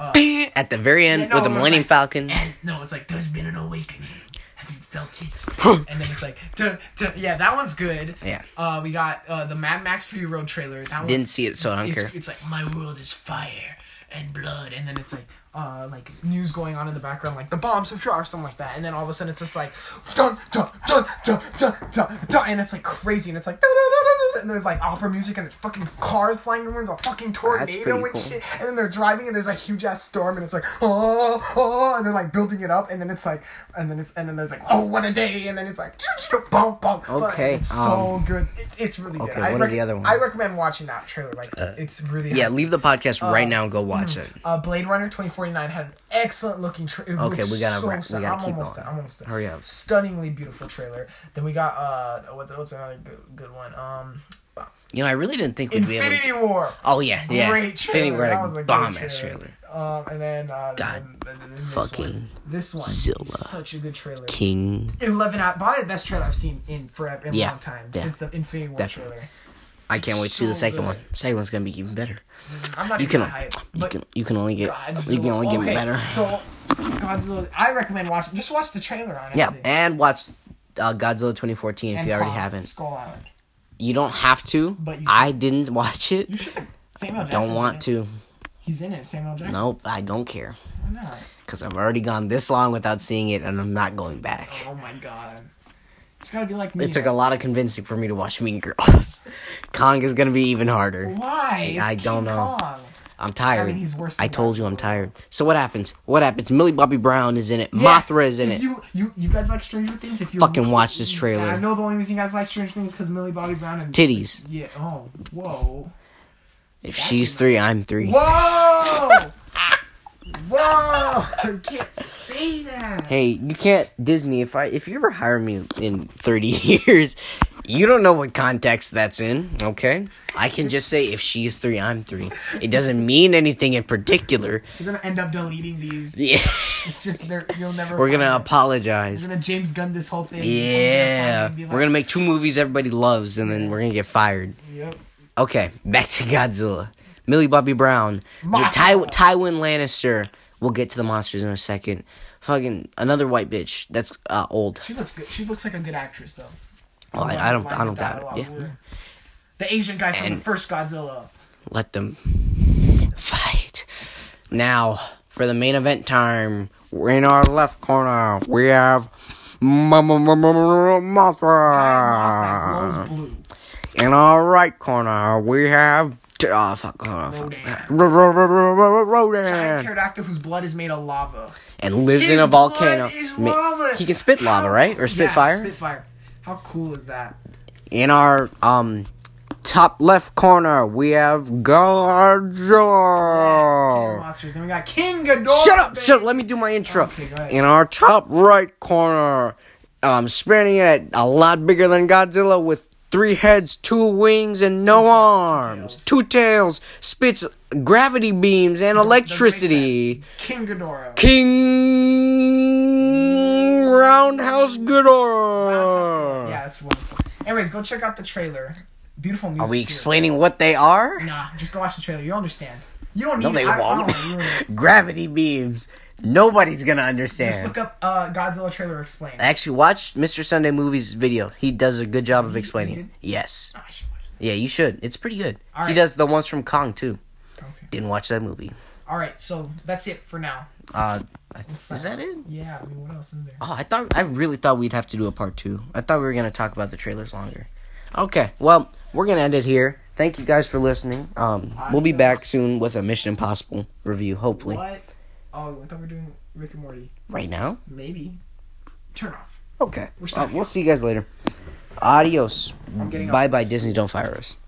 S1: At the very end
S2: Yeah, no,
S1: with the
S2: it was
S1: Millennium
S2: like-
S1: Falcon.
S2: and no, it's like there's been an awakening. Have you felt it? and then it's like, duh, duh. yeah, that one's good.
S1: Yeah.
S2: Uh, we got uh the Mad Max Fury Road trailer. That
S1: Didn't
S2: one's-
S1: see it, so I don't care.
S2: It's, it's like my world is fire and blood, and then it's like uh like news going on in the background, like the bombs have dropped, something like that, and then all of a sudden it's just like dun dun dun dun dun dun, dun and it's like crazy, and it's like dun, dun, dun, dun, dun, and there's like opera music, and it's fucking cars flying around, there's a fucking tornado
S1: pretty
S2: and
S1: cool.
S2: shit, and then they're driving, and there's a huge ass storm, and it's like oh oh, and they're like building it up, and then it's like and then it's and then there's like oh what a day, and then it's like boom boom.
S1: Okay,
S2: it's so
S1: um,
S2: good, it, it's really good.
S1: okay,
S2: I
S1: what are the other
S2: I
S1: ones?
S2: recommend watching that trailer. Like, it's really
S1: Uh, Yeah, leave the podcast
S2: Oh.
S1: right now and go watch it.
S2: Uh, Blade Runner twenty forty nine had an excellent looking trailer.
S1: Okay, we gotta wrap- we gotta
S2: I'm
S1: keep going.
S2: almost Done, I'm almost done.
S1: Hurry up.
S2: Stunningly beautiful trailer. Then we got uh, what's what's another good, good one? Um,
S1: You know, I really didn't think we'd be able.
S2: Infinity
S1: to...
S2: War.
S1: Oh yeah, yeah.
S2: Great trailer.
S1: Infinity War,
S2: That was a
S1: had a
S2: good
S1: bomb ass
S2: trailer.
S1: trailer.
S2: Um, and then uh,
S1: God
S2: then- then this
S1: fucking
S2: one. this one,
S1: Zilla.
S2: such a good trailer.
S1: King.
S2: Eleven out, probably the best trailer I've seen in forever, in a
S1: Yeah,
S2: long time
S1: yeah.
S2: since the Infinity War
S1: Definitely.
S2: trailer.
S1: I can't wait to see the
S2: so
S1: second
S2: good.
S1: one. Second one's gonna be even better.
S2: I'm not
S1: You
S2: even
S1: can,
S2: hype,
S1: you
S2: but
S1: can you can only get
S2: Godzilla.
S1: you can only get
S2: Okay,
S1: better.
S2: So, Godzilla. I recommend watching. Just watch the trailer, honestly.
S1: Yeah, and watch uh, Godzilla 2014 if
S2: And
S1: you already
S2: Kong,
S1: haven't.
S2: Skull Island.
S1: You don't have to.
S2: But you
S1: I didn't watch it.
S2: You should. Samuel Jackson.
S1: Don't want to.
S2: He's in it. Samuel Jackson.
S1: Nope, I don't care.
S2: Why not?
S1: Because I've already gone this long without seeing it, and I'm not going back.
S2: Oh my god. It's gotta be like me.
S1: It took a lot of convincing for me to watch Mean Girls. Kong is going to be even harder.
S2: Why? It's
S1: I don't
S2: King
S1: know.
S2: Kong.
S1: I'm tired.
S2: I mean, he's worse
S1: I
S2: than
S1: told you I'm
S2: Godzilla.
S1: tired. So what happens? What happens? Millie Bobby Brown is in it. Mothra is in
S2: If
S1: it.
S2: You, you you guys like Stranger Things? If you
S1: Fucking watch this trailer.
S2: I know the only reason you guys like Stranger Things because Millie Bobby Brown and
S1: Titties.
S2: Yeah. Oh. Whoa.
S1: If she's three, I'm three.
S2: Whoa. Whoa. You can't say that.
S1: Hey, you can't Disney. If I if you ever hire me in thirty years, You don't know what context that's in, okay? I can just say if she is three, I'm three. It doesn't mean anything in particular.
S2: You're gonna end up deleting these.
S1: Yeah.
S2: It's just there. You'll never.
S1: We're gonna
S2: find it.
S1: apologize.
S2: You're gonna James Gunn this whole thing.
S1: Yeah. We're
S2: Someone's find it and be
S1: gonna
S2: like,
S1: make two movies everybody loves and then we're gonna get fired.
S2: Yep.
S1: Okay, back to Godzilla. Millie Bobby Brown. The
S2: Mothra.
S1: Ty- Tywin Lannister. We'll get to the monsters in a second. Fucking another white bitch that's uh, old.
S2: She looks good. She looks like a good actress though.
S1: Oh, I, I don't I don't doubt it. Yeah.
S2: The Asian guy from
S1: And-
S2: the first Godzilla.
S1: Let them fight. Now, for the main event time, we're in our left corner. We have Mama
S2: Giant
S1: Mothra.
S2: Mothra glows blue.
S1: In our right corner, we have. Oh, fuck. Oh, fuck.
S2: Giant
S1: Rodan.
S2: pterodactyl whose blood is made of lava.
S1: And lives
S2: His
S1: Uh. in a
S2: blood
S1: volcano.
S2: is
S1: Ma-
S2: lava.
S1: He can spit lava,
S2: How-
S1: right? Or spit
S2: Yeah,
S1: fire?
S2: Spitfire. How cool is that?
S1: In our um top left corner, we have
S2: Oh.
S1: Godzilla.
S2: monsters. Then we got King Ghidorah.
S1: Shut up!
S2: baby.
S1: Shut up! Let me do my intro.
S2: Okay, go ahead.
S1: In our top right corner, um, spanning it at a lot bigger than Godzilla with three heads, two wings, and no arms,
S2: tails.
S1: two tails, spits gravity beams and
S2: Doesn't make sense.
S1: electricity.
S2: King Ghidorah.
S1: King Roundhouse Goodor.
S2: Yeah, that's wonderful. Anyways, go check out the trailer. Beautiful music.
S1: Are we
S2: too.
S1: explaining what they are?
S2: Nah, just go watch the trailer. You'll understand. You don't need.
S1: No, they
S2: I, I don't
S1: won't.
S2: wanna ruin it.
S1: Gravity beams. Nobody's gonna
S2: Just
S1: understand.
S2: look up uh, Godzilla trailer explained.
S1: Actually, watch Mr. Sunday Movie's video. He does a good job of explaining.
S2: you
S1: it.
S2: did?
S1: Yes. Yeah, you should. It's pretty good.
S2: All
S1: He
S2: right.
S1: does the ones from Kong too.
S2: Okay.
S1: Didn't watch that movie.
S2: All right, so that's it for now.
S1: Uh,
S2: It's
S1: is
S2: like-
S1: that it?
S2: Yeah. I mean, what else is there?
S1: Oh, I thought I really thought we'd have to do a part two. I thought we were gonna talk about the trailers longer. Okay, well, we're gonna end it here. Thank you guys for listening. Um, we'll be back soon with a Mission Impossible review, hopefully.
S2: What? Oh, I thought we were doing Rick and Morty.
S1: Right now.
S2: Maybe. Turn off.
S1: Okay.
S2: We're
S1: Uh,
S2: signing
S1: we'll see you guys later. Adios.
S2: getting off
S1: Bye bye, Disney. Don't fire us.